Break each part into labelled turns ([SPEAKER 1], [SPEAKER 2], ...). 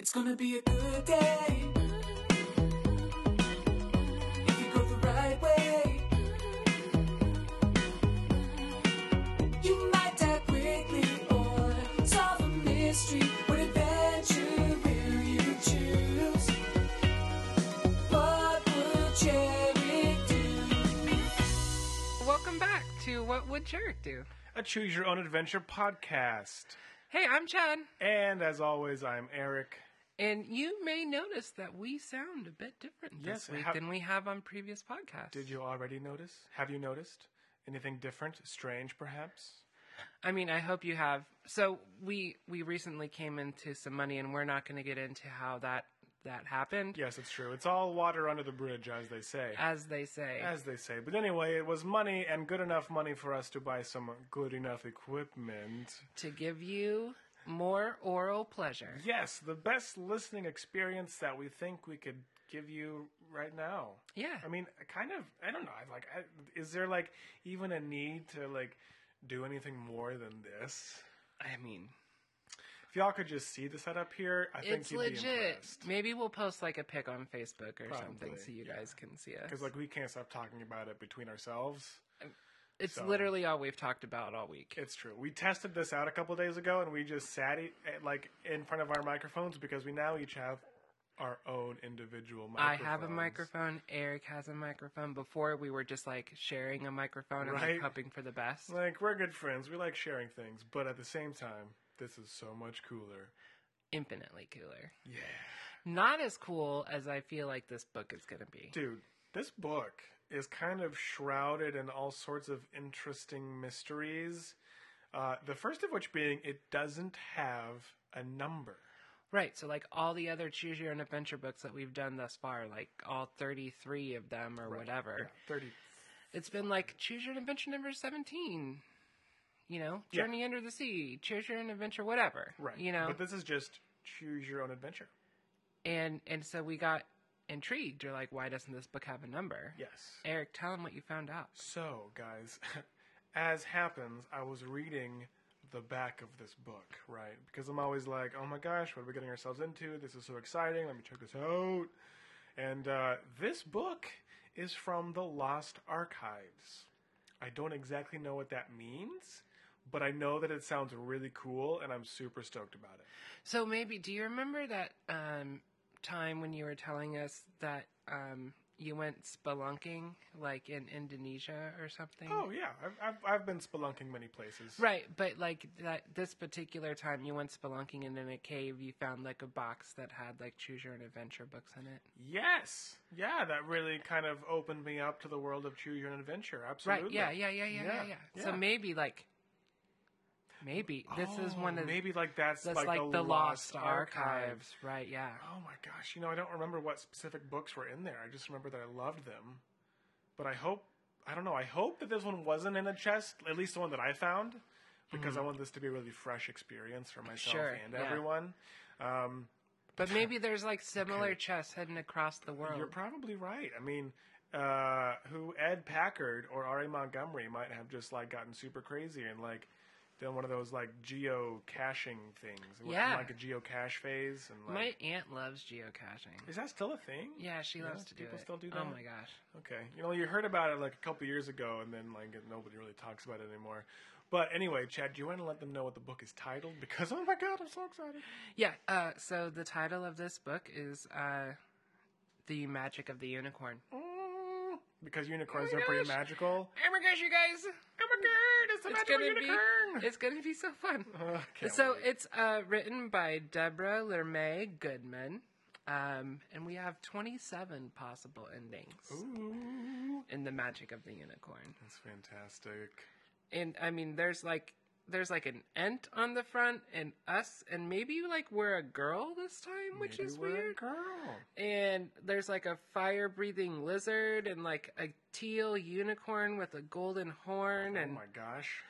[SPEAKER 1] It's gonna be a good day. If you go the right way, you might die quickly or solve a mystery. What adventure will you choose? What would Jerry do?
[SPEAKER 2] Welcome back to What Would Jarek Do?
[SPEAKER 3] a Choose Your Own Adventure podcast.
[SPEAKER 2] Hey, I'm Chad,
[SPEAKER 3] And as always, I'm Eric.
[SPEAKER 2] and you may notice that we sound a bit different
[SPEAKER 3] Yes,
[SPEAKER 2] this week
[SPEAKER 3] how-
[SPEAKER 2] than we have on previous podcasts.
[SPEAKER 3] Did you already notice? Have you noticed anything different, strange, perhaps?
[SPEAKER 2] I mean, I hope you have. So we we recently came into some money, and we're not going to get into how that that happened,
[SPEAKER 3] Yes, it's true. It's all water under the bridge, as they say.
[SPEAKER 2] as they say.
[SPEAKER 3] As they say. But anyway, it was money and good enough money for us to buy some good enough equipment.
[SPEAKER 2] to give you more oral pleasure.
[SPEAKER 3] Yes, the best listening experience that we think we could give you right now.
[SPEAKER 2] Yeah.
[SPEAKER 3] I mean, I kind of. I don't know. I like. I, is there like even a need to like do anything more than this?
[SPEAKER 2] I mean,
[SPEAKER 3] If y'all could just see the setup here, I think
[SPEAKER 2] it's
[SPEAKER 3] you'd be
[SPEAKER 2] legit.
[SPEAKER 3] impressed.
[SPEAKER 2] Maybe we'll post like a pic on Facebook or something
[SPEAKER 3] Probably,
[SPEAKER 2] so you guys can see us.
[SPEAKER 3] Because like we can't stop talking about it between ourselves.
[SPEAKER 2] it's
[SPEAKER 3] so-
[SPEAKER 2] literally all we've talked about all week.
[SPEAKER 3] It's true. We tested this out a couple days ago, and we just sat it like in front of our microphones because we now each have our own individual
[SPEAKER 2] I
[SPEAKER 3] microphones.
[SPEAKER 2] have a microphone. Eric has a microphone. Before we were just like sharing a microphone and
[SPEAKER 3] Right.
[SPEAKER 2] like hoping for the best.
[SPEAKER 3] Like we're good friends. We like sharing things, but at the same time, this is so much cooler.
[SPEAKER 2] Infinitely cooler.
[SPEAKER 3] Yeah,
[SPEAKER 2] Not as cool as I feel like this book is going to be.
[SPEAKER 3] dude. This book is kind of shrouded in all sorts of interesting mysteries. Uh, the first of which being it doesn't have a number.
[SPEAKER 2] Right. So like all the other choose your own adventure books that we've done thus far, like all 33 of them or whatever.
[SPEAKER 3] Yeah, Thirty.
[SPEAKER 2] It's been like choose your own adventure number 17. You know,
[SPEAKER 3] Yeah.
[SPEAKER 2] Journey Under the Sea, Choose Your Own Adventure, whatever.
[SPEAKER 3] Right.
[SPEAKER 2] You know,
[SPEAKER 3] But this is just choose your own adventure.
[SPEAKER 2] and and so we got intrigued. You're like, why doesn't this book have a number?
[SPEAKER 3] Yes.
[SPEAKER 2] Eric, tell him what you found out.
[SPEAKER 3] So, guys, as happens, I was reading the back of this book, right? Because I'm always like, oh my gosh, what are we getting ourselves into? This is so exciting. Let me check this out. And uh, this book is from the Lost Archives. I don't exactly know what that means, but I know that it sounds really cool, and I'm super stoked about it.
[SPEAKER 2] So maybe do you remember that um, time when you were telling us that um, you went spelunking, like in Indonesia or something?
[SPEAKER 3] Oh, yeah. I've, I've, I've been spelunking many places.
[SPEAKER 2] Right, but like that this particular time you went spelunking and in a cave you found like a box that had like choose your own adventure books in it.
[SPEAKER 3] Yes. Yeah, that really kind of opened me up to the world of Choose Your Own Adventure. Absolutely.
[SPEAKER 2] Right. Yeah, yeah, yeah, yeah, yeah,
[SPEAKER 3] Yeah,
[SPEAKER 2] yeah.
[SPEAKER 3] yeah.
[SPEAKER 2] So maybe like maybe this is
[SPEAKER 3] Oh,
[SPEAKER 2] one of
[SPEAKER 3] maybe like that's,
[SPEAKER 2] that's
[SPEAKER 3] like, the, lost, archives.
[SPEAKER 2] right? Yeah.
[SPEAKER 3] Oh my gosh! You know, I don't remember what specific books were in there. I just remember that I loved them. But I hope I don't know. I hope that this one wasn't in a chest. At least the one that I found, because I want this to be a really fresh experience for myself
[SPEAKER 2] Hmm. Sure,
[SPEAKER 3] and
[SPEAKER 2] yeah.
[SPEAKER 3] everyone. Um,
[SPEAKER 2] But maybe there's like similar chests hidden across the world.
[SPEAKER 3] You're probably right. I mean, uh, who Ed Packard or Ari Montgomery might have just like gotten super crazy and like done one of those like geocaching things, It went from,
[SPEAKER 2] Yeah.
[SPEAKER 3] like a geocache phase. And
[SPEAKER 2] My
[SPEAKER 3] like,
[SPEAKER 2] aunt loves geocaching.
[SPEAKER 3] is that still a thing?
[SPEAKER 2] Yeah, she
[SPEAKER 3] Yeah,
[SPEAKER 2] loves
[SPEAKER 3] do
[SPEAKER 2] to do
[SPEAKER 3] people
[SPEAKER 2] it.
[SPEAKER 3] still do
[SPEAKER 2] Oh
[SPEAKER 3] that?
[SPEAKER 2] my gosh.
[SPEAKER 3] Okay, you know, you heard about it like a couple years ago, and then like nobody really talks about it anymore. But anyway, Chad, do you want to let them know what the book is titled? Because oh my god, I'm so excited.
[SPEAKER 2] Yeah, uh, so the title of this book is uh, The Magic of the Unicorn.
[SPEAKER 3] Mm, Because unicorns
[SPEAKER 2] Oh my
[SPEAKER 3] are pretty
[SPEAKER 2] gosh.
[SPEAKER 3] magical.
[SPEAKER 2] Oh my gosh, you guys!
[SPEAKER 3] Oh my god, it's the magical unicorn.
[SPEAKER 2] Be, it's gonna be so fun.
[SPEAKER 3] Uh, can't
[SPEAKER 2] so
[SPEAKER 3] wait.
[SPEAKER 2] it's uh, written by Deborah Lermay Goodman, um, and we have 27 possible endings
[SPEAKER 3] Ooh.
[SPEAKER 2] in The Magic of the Unicorn.
[SPEAKER 3] That's fantastic.
[SPEAKER 2] and I mean, there's like there's like an ent on the front and us, and maybe like we're a girl this time, which
[SPEAKER 3] Maybe
[SPEAKER 2] is
[SPEAKER 3] we're a
[SPEAKER 2] weird.
[SPEAKER 3] Girl.
[SPEAKER 2] And there's like a fire breathing lizard and like a teal unicorn with a golden horn,
[SPEAKER 3] Oh
[SPEAKER 2] and
[SPEAKER 3] my gosh.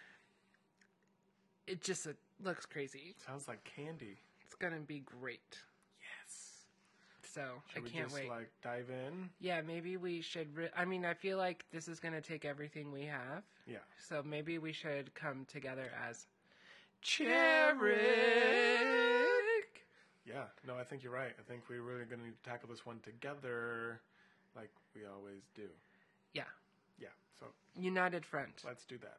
[SPEAKER 2] it just it looks crazy.
[SPEAKER 3] Sounds like candy.
[SPEAKER 2] It's gonna be great.
[SPEAKER 3] Yes.
[SPEAKER 2] So
[SPEAKER 3] Should
[SPEAKER 2] I
[SPEAKER 3] we
[SPEAKER 2] can't
[SPEAKER 3] just
[SPEAKER 2] wait.
[SPEAKER 3] like dive in?
[SPEAKER 2] yeah, maybe we should. Re- I mean, I feel like this is gonna take everything we have.
[SPEAKER 3] Yeah.
[SPEAKER 2] So maybe we should come together as
[SPEAKER 3] Jarek.
[SPEAKER 2] Jarek.
[SPEAKER 3] Yeah. Yeah, no, I think you're right. I think we're really going to need to tackle this one together, like we always do.
[SPEAKER 2] Yeah.
[SPEAKER 3] Yeah, so
[SPEAKER 2] United Front.
[SPEAKER 3] let's do that.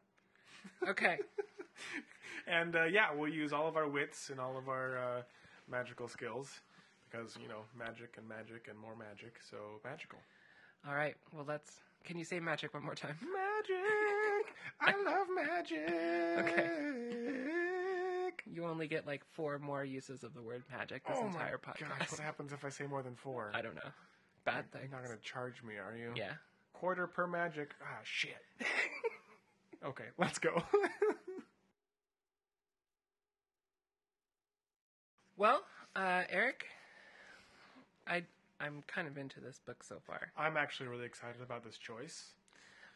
[SPEAKER 2] Okay.
[SPEAKER 3] And uh, yeah, we'll use all of our wits and all of our uh, magical skills because you know magic and magic and more magic, so magical.
[SPEAKER 2] All right. Well, let's. Can you say magic one more time?
[SPEAKER 3] Magic. I love magic.
[SPEAKER 2] You only get like four more uses of the word magic this
[SPEAKER 3] oh my
[SPEAKER 2] entire
[SPEAKER 3] gosh,
[SPEAKER 2] podcast.
[SPEAKER 3] what happens if I say more than four?
[SPEAKER 2] I don't know. Bad thing.
[SPEAKER 3] You're not going to charge me, are you?
[SPEAKER 2] Yeah.
[SPEAKER 3] Quarter per magic. Ah, shit. okay, let's go.
[SPEAKER 2] Well, uh, Eric, I I'm kind of into this book so far.
[SPEAKER 3] I'm actually really excited about this choice.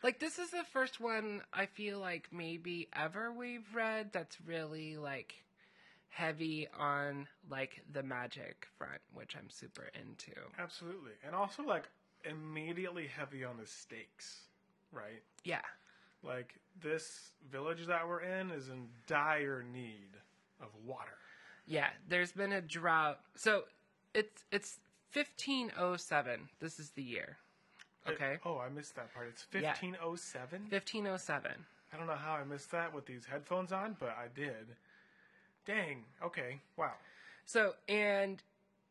[SPEAKER 2] Like this is the first one I feel like maybe ever we've read that's really like heavy on like the magic front, which I'm super into.
[SPEAKER 3] Absolutely. And also, like, immediately heavy on the stakes, right?
[SPEAKER 2] Yeah.
[SPEAKER 3] Like, this village that we're in is in dire need of water.
[SPEAKER 2] Yeah, there's been a drought. So it's it's 1507. This is the year. Okay.
[SPEAKER 3] oh, I missed that part. It's
[SPEAKER 2] Yeah.
[SPEAKER 3] 1507?
[SPEAKER 2] 1507.
[SPEAKER 3] I don't know how I missed that with these headphones on, but I did. Dang. Okay. Wow.
[SPEAKER 2] So and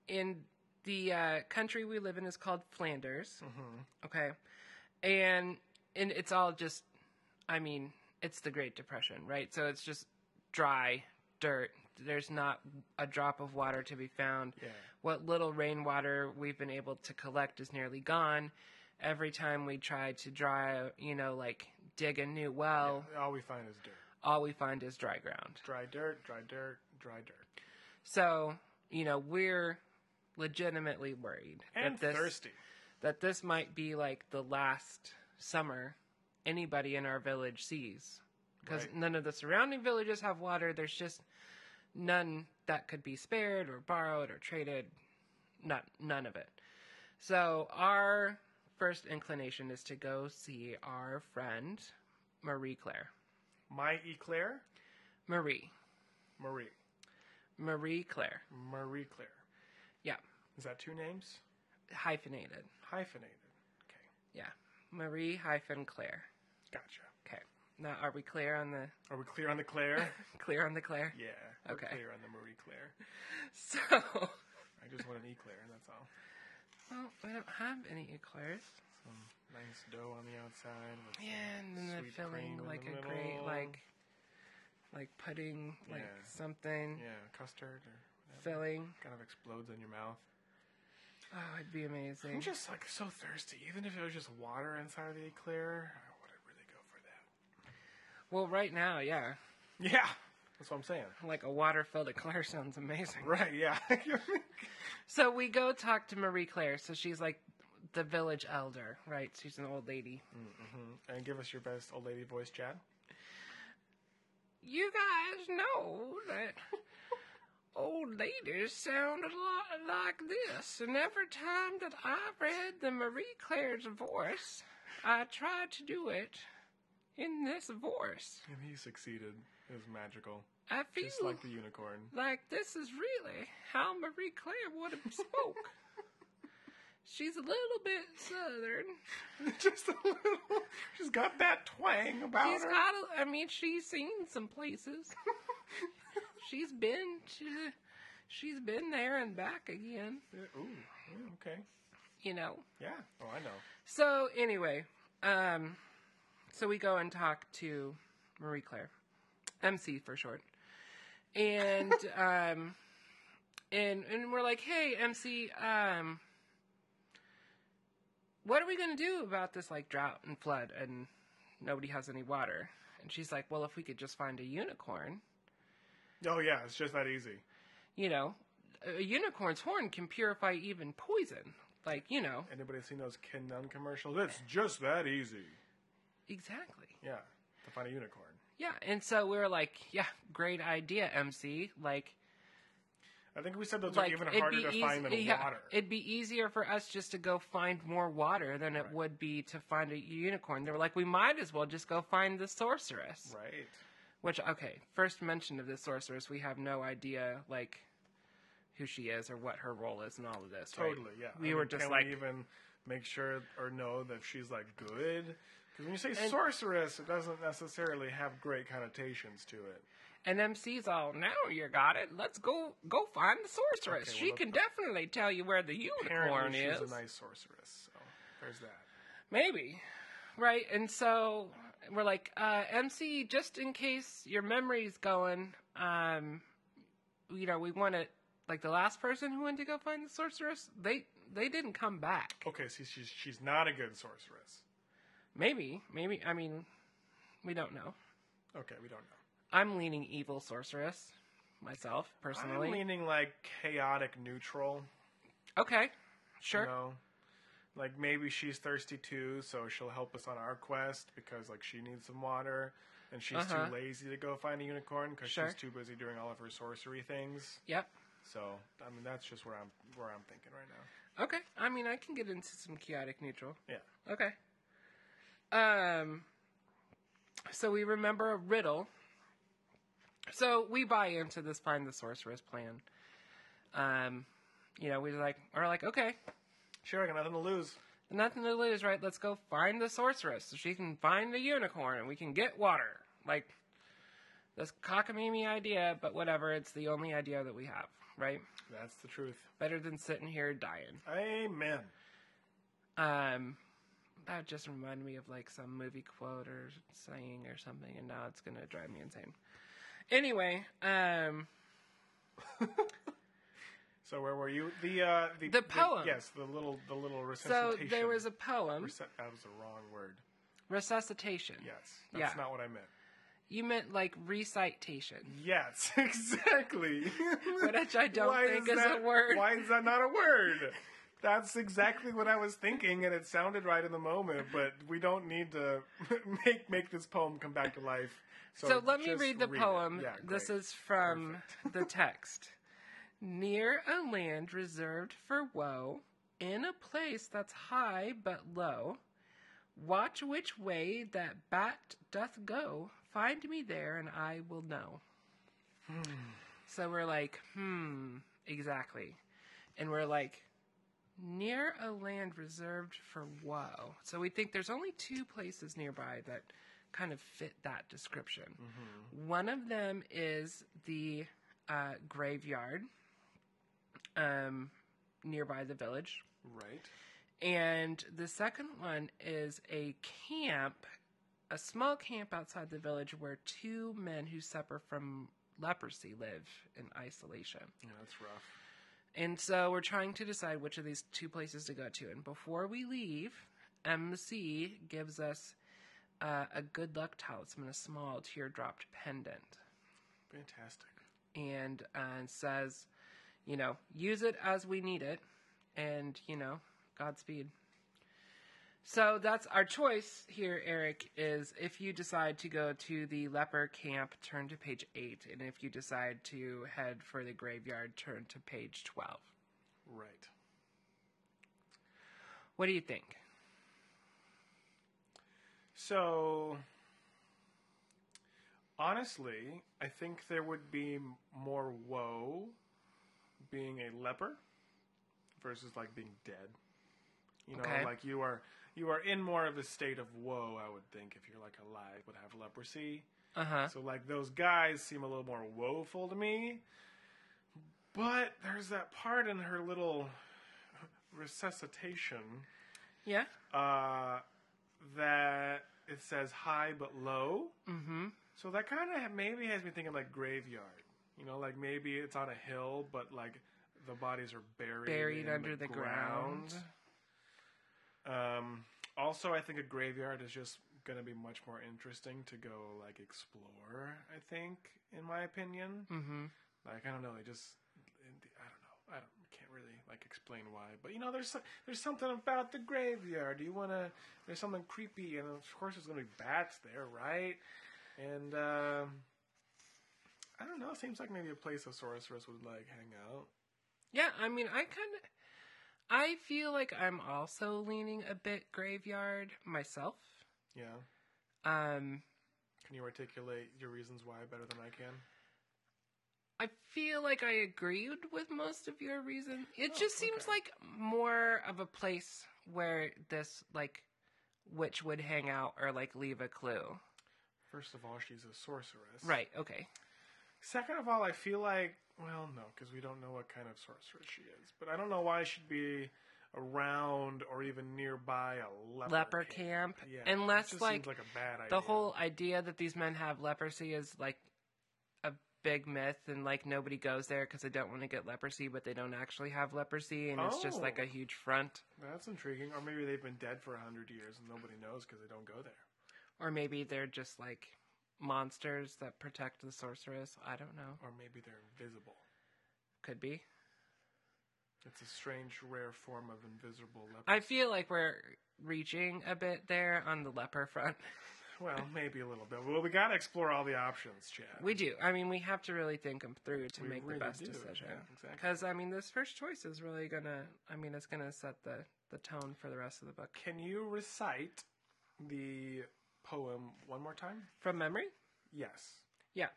[SPEAKER 2] in the uh, country we live in is called Flanders.
[SPEAKER 3] hmm
[SPEAKER 2] Okay. And and it's all just I mean, it's the Great Depression, right? So it's just dry dirt. There's not a drop of water to be found.
[SPEAKER 3] Yeah.
[SPEAKER 2] What little rainwater we've been able to collect is nearly gone. Every time we try to dry, you know, like dig a new well,
[SPEAKER 3] All we find is dirt.
[SPEAKER 2] all we find is dry ground.
[SPEAKER 3] Dry dirt, dry dirt, dry dirt.
[SPEAKER 2] So, you know, we're legitimately worried
[SPEAKER 3] And
[SPEAKER 2] that this
[SPEAKER 3] thirsty.
[SPEAKER 2] that this might be like the last summer anybody in our village sees because
[SPEAKER 3] Right.
[SPEAKER 2] none of the surrounding villages have water there's just none that could be spared or borrowed or traded not none of it so our first inclination is to go see our friend marie claire
[SPEAKER 3] My Eclair,
[SPEAKER 2] marie
[SPEAKER 3] Marie.
[SPEAKER 2] marie claire
[SPEAKER 3] Marie Claire.
[SPEAKER 2] yeah
[SPEAKER 3] Is that two names?
[SPEAKER 2] hyphenated
[SPEAKER 3] Hyphenated. Okay.
[SPEAKER 2] yeah marie hyphen claire
[SPEAKER 3] Gotcha.
[SPEAKER 2] okay now are we clear on the
[SPEAKER 3] Are we clear on the Claire?
[SPEAKER 2] clear on the claire
[SPEAKER 3] yeah.
[SPEAKER 2] Okay.
[SPEAKER 3] We're clear on the Marie Claire.
[SPEAKER 2] So,
[SPEAKER 3] I just want an Eclair, and that's all.
[SPEAKER 2] well, we don't have any eclairs.
[SPEAKER 3] Some nice dough on the outside. With some
[SPEAKER 2] Yeah, and then the
[SPEAKER 3] sweet cream
[SPEAKER 2] filling,
[SPEAKER 3] in
[SPEAKER 2] like
[SPEAKER 3] the
[SPEAKER 2] a great,
[SPEAKER 3] middle.
[SPEAKER 2] like, like pudding, like
[SPEAKER 3] Yeah.
[SPEAKER 2] something
[SPEAKER 3] Yeah, custard or whatever.
[SPEAKER 2] filling.
[SPEAKER 3] Kind of explodes in your mouth.
[SPEAKER 2] Oh, it'd be amazing.
[SPEAKER 3] I'm just like so thirsty. Even if it was just water inside of the Eclair, I would really go for that.
[SPEAKER 2] Well, right now, yeah,
[SPEAKER 3] Yeah. That's what I'm saying.
[SPEAKER 2] like a water-filled eclair sounds amazing.
[SPEAKER 3] Right, yeah.
[SPEAKER 2] So we go talk to Marie Claire. So she's like the village elder, right? She's an old lady.
[SPEAKER 3] Mm-hmm. and give us your best old lady voice, Chad.
[SPEAKER 2] You guys know that old ladies sound a lot like this, and every time that I've read the Marie Claire's voice, I try to do it in this voice.
[SPEAKER 3] And he succeeded. It was magical.
[SPEAKER 2] I feel
[SPEAKER 3] Just like the unicorn.
[SPEAKER 2] like this is really how Marie Claire would have spoke. She's a little bit southern.
[SPEAKER 3] just a little. She's got that twang about
[SPEAKER 2] She's
[SPEAKER 3] her.
[SPEAKER 2] got. A, I mean, she's seen some places. she's been to. She's been there and back again.
[SPEAKER 3] Yeah, Ooh, yeah, okay.
[SPEAKER 2] You know.
[SPEAKER 3] Yeah. Oh, I know.
[SPEAKER 2] So anyway, um, so we go and talk to Marie Claire, MC for short, and um, and and we're like, hey, MC, um, what are we gonna do about this like drought and flood and nobody has any water? And she's like, well, if we could just find a unicorn,
[SPEAKER 3] Oh, yeah, it's just that easy.
[SPEAKER 2] you know, a unicorn's horn can purify even poison. Like, you know,
[SPEAKER 3] Anybody seen those Ken Nunn commercials? It's just that easy.
[SPEAKER 2] exactly.
[SPEAKER 3] Yeah, to find a unicorn.
[SPEAKER 2] Yeah, and so we were like, yeah, great idea, MC. Like,
[SPEAKER 3] I think we said those
[SPEAKER 2] like
[SPEAKER 3] are even
[SPEAKER 2] it'd
[SPEAKER 3] harder
[SPEAKER 2] be
[SPEAKER 3] to
[SPEAKER 2] eas-
[SPEAKER 3] find than
[SPEAKER 2] yeah,
[SPEAKER 3] water.
[SPEAKER 2] It'd be easier for us just to go find more water than it
[SPEAKER 3] Right.
[SPEAKER 2] would be to find a unicorn. They were like, we might as well just go find the sorceress.
[SPEAKER 3] right.
[SPEAKER 2] Which, okay, first mention of the sorceress, we have no idea like who she is or what her role is in all of this. right?
[SPEAKER 3] Totally, yeah.
[SPEAKER 2] We were just
[SPEAKER 3] can
[SPEAKER 2] like-
[SPEAKER 3] we even make sure or know that she's like good. Because when you say
[SPEAKER 2] And-
[SPEAKER 3] sorceress, it doesn't necessarily have great connotations to it.
[SPEAKER 2] And MC's all, now you got it. Let's go go find the sorceress.
[SPEAKER 3] Okay,
[SPEAKER 2] she
[SPEAKER 3] well,
[SPEAKER 2] can definitely tell you where the unicorn
[SPEAKER 3] Apparently,
[SPEAKER 2] is.
[SPEAKER 3] she's a nice sorceress. So there's that.
[SPEAKER 2] Maybe. Right? And so we're like, uh, MC, just in case your memory's going, um, you know, we want to, like the last person who went to go find the sorceress, they they didn't come back.
[SPEAKER 3] Okay, so she's she's not a good sorceress.
[SPEAKER 2] Maybe, maybe, I mean, we don't know.
[SPEAKER 3] Okay, we don't know.
[SPEAKER 2] I'm leaning evil sorceress myself, personally.
[SPEAKER 3] I'm leaning like chaotic neutral.
[SPEAKER 2] okay,
[SPEAKER 3] You
[SPEAKER 2] sure.
[SPEAKER 3] know? Like maybe she's thirsty too, so she'll help us on our quest because like she needs some water, and she's
[SPEAKER 2] Uh-huh.
[SPEAKER 3] too lazy to go find a unicorn because
[SPEAKER 2] Sure.
[SPEAKER 3] she's too busy doing all of her sorcery things.
[SPEAKER 2] Yep.
[SPEAKER 3] So I mean that's just where I'm where I'm thinking right now.
[SPEAKER 2] Okay. I mean, I can get into some chaotic neutral.
[SPEAKER 3] Yeah.
[SPEAKER 2] Okay. Um. So we remember a riddle. So we buy into this find the sorceress plan. Um, you know, we like are like, okay,
[SPEAKER 3] Sure, I got nothing to lose.
[SPEAKER 2] nothing to lose, right? Let's go find the sorceress so she can find the unicorn and we can get water. Like this cockamamie idea, but whatever. It's the only idea that we have, right?
[SPEAKER 3] That's the truth.
[SPEAKER 2] Better than sitting here dying.
[SPEAKER 3] Amen.
[SPEAKER 2] Um, that just reminded me of like some movie quote or saying or something, and now it's gonna drive me insane. Anyway, um,
[SPEAKER 3] So where were you? The uh the,
[SPEAKER 2] The poem.
[SPEAKER 3] yes, the little the little
[SPEAKER 2] so
[SPEAKER 3] resuscitation.
[SPEAKER 2] there was a poem,
[SPEAKER 3] Rese- that was the wrong word.
[SPEAKER 2] resuscitation.
[SPEAKER 3] Yes,
[SPEAKER 2] Yeah.
[SPEAKER 3] that's not what I meant.
[SPEAKER 2] You meant like recitation.
[SPEAKER 3] Yes, exactly.
[SPEAKER 2] Which I don't think
[SPEAKER 3] is
[SPEAKER 2] is a
[SPEAKER 3] that-
[SPEAKER 2] word.
[SPEAKER 3] Why is that not a word? That's exactly what I was thinking, and it sounded right in the moment. But we don't need to make make this poem come back to life. So,
[SPEAKER 2] So, let me
[SPEAKER 3] just
[SPEAKER 2] read the
[SPEAKER 3] it.
[SPEAKER 2] poem.
[SPEAKER 3] Yeah,
[SPEAKER 2] this
[SPEAKER 3] great.
[SPEAKER 2] is from the text. Near a land reserved for woe, in a place that's high but low, watch which way that bat doth go. Find me there, and I will know.
[SPEAKER 3] Hmm.
[SPEAKER 2] so we're like, hmm, exactly, and we're like. Near a land reserved for woe. So we think there's only two places nearby that kind of fit that description. One of them is the uh, graveyard um, nearby the village,
[SPEAKER 3] right.
[SPEAKER 2] and the second one is a camp, a small camp outside the village where two men who suffer from leprosy live in isolation.
[SPEAKER 3] Yeah, that's rough.
[SPEAKER 2] And so we're trying to decide which of these two places to go to. And before we leave, MC gives us uh, a good luck talisman, a small teardropped pendant,
[SPEAKER 3] Fantastic.
[SPEAKER 2] and uh, says, you know, use it as we need it, and, you know, Godspeed. So that's our choice here, Eric, is if you decide to go to the leper camp, turn to page 8, and if you decide to head for the graveyard, turn to page 12.
[SPEAKER 3] Right.
[SPEAKER 2] What do you think?
[SPEAKER 3] So, honestly, I think there would be m- more woe being a leper versus like being dead. You know,
[SPEAKER 2] Okay.
[SPEAKER 3] like you are you are in more of a state of woe. I would think if you're like alive would have leprosy.
[SPEAKER 2] Uh huh.
[SPEAKER 3] So like those guys seem a little more woeful to me. But there's that part in her little resuscitation
[SPEAKER 2] Yeah.
[SPEAKER 3] uh, that it says high but low.
[SPEAKER 2] Mm hmm.
[SPEAKER 3] So that kind of maybe has me thinking like graveyard. You know, like maybe it's on a hill, but like the bodies are buried
[SPEAKER 2] Buried
[SPEAKER 3] in
[SPEAKER 2] under the ground.
[SPEAKER 3] Um, also, I think a graveyard is just going to be much more interesting to go like explore. I think, in my opinion,
[SPEAKER 2] Mm hmm.
[SPEAKER 3] like I don't know, they just I don't know, I don't, can't really like explain why, but you know, there's so- there's something about the graveyard. Do you want to? There's something creepy, and of course, there's gonna be bats there, right? And um, I don't know. It seems like maybe a place a sorceress would like hang out.
[SPEAKER 2] Yeah, I mean, I kind of. I feel like I'm also leaning a bit graveyard myself.
[SPEAKER 3] Yeah.
[SPEAKER 2] Um,
[SPEAKER 3] Can you articulate your reasons why better than I can?
[SPEAKER 2] I feel like I agreed with most of your reason. It
[SPEAKER 3] Oh,
[SPEAKER 2] just seems
[SPEAKER 3] okay.
[SPEAKER 2] like more of a place where this like witch would hang out or like leave a clue.
[SPEAKER 3] First of all, she's a sorceress.
[SPEAKER 2] Right, okay.
[SPEAKER 3] Second of all, I feel like, well, no, because we don't know what kind of sorceress she is. But I don't know why she'd be around or even nearby a leper,
[SPEAKER 2] Leper camp.
[SPEAKER 3] Yeah, it
[SPEAKER 2] Unless
[SPEAKER 3] just
[SPEAKER 2] like
[SPEAKER 3] seems like a bad idea.
[SPEAKER 2] the whole idea that these men have leprosy is like a big myth and like nobody goes there because they don't want to get leprosy but they don't actually have leprosy and it's just like
[SPEAKER 3] Oh.
[SPEAKER 2] a huge front
[SPEAKER 3] that's intriguing. Or maybe they've been dead for a hundred years and nobody knows because they don't go there.
[SPEAKER 2] or maybe they're just like monsters that protect the sorceress i don't know
[SPEAKER 3] Or maybe they're invisible.
[SPEAKER 2] could be
[SPEAKER 3] It's a strange, rare form of invisible leper.
[SPEAKER 2] i feel like we're reaching a bit there on the leper front
[SPEAKER 3] Well, maybe a little bit. Well, we got to explore all the options, Chad.
[SPEAKER 2] we do i mean we have to really think them through to
[SPEAKER 3] We
[SPEAKER 2] make
[SPEAKER 3] really
[SPEAKER 2] the best
[SPEAKER 3] do,
[SPEAKER 2] decision
[SPEAKER 3] yeah, exactly.
[SPEAKER 2] because i mean this first choice is really gonna i mean it's gonna set the the tone for the rest of the book
[SPEAKER 3] Can you recite the poem one more time?
[SPEAKER 2] from memory
[SPEAKER 3] Yes.
[SPEAKER 2] Yeah.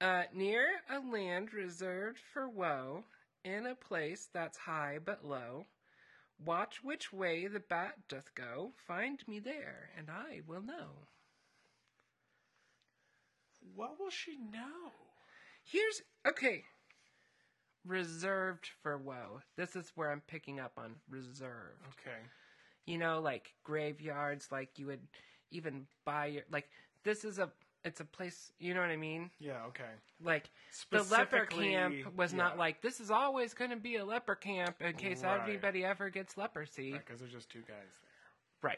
[SPEAKER 2] Uh, near a land reserved for woe, in a place that's high but low, watch which way the bat doth go. Find me there, and I will know.
[SPEAKER 3] What will she know?
[SPEAKER 2] Here's okay. Reserved for woe. This is where I'm picking up on reserved.
[SPEAKER 3] Okay.
[SPEAKER 2] you know like graveyards like you would even buy your like this is a it's a place you know what i mean
[SPEAKER 3] Yeah, okay.
[SPEAKER 2] like the leper
[SPEAKER 3] Specifically,
[SPEAKER 2] camp was not
[SPEAKER 3] yeah.
[SPEAKER 2] like this is always going to be a leper camp in case
[SPEAKER 3] Right.
[SPEAKER 2] anybody ever gets leprosy right,
[SPEAKER 3] Because there's just two guys there.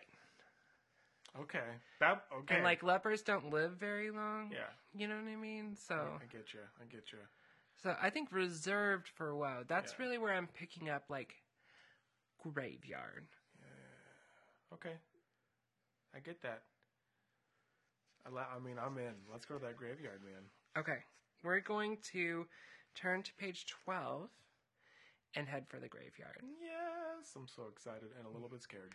[SPEAKER 3] Okay. That, okay.
[SPEAKER 2] and like lepers don't live very long
[SPEAKER 3] yeah.
[SPEAKER 2] you know what i mean so
[SPEAKER 3] I get you. I get you.
[SPEAKER 2] so i think reserved for woe that's
[SPEAKER 3] Yeah.
[SPEAKER 2] really where i'm picking up like graveyard
[SPEAKER 3] Okay. I get that. I, la- I mean, I'm in. Let's go to that graveyard, man.
[SPEAKER 2] okay we're going to turn to page 12 and head for the graveyard
[SPEAKER 3] Yes. I'm so excited and a little bit scared.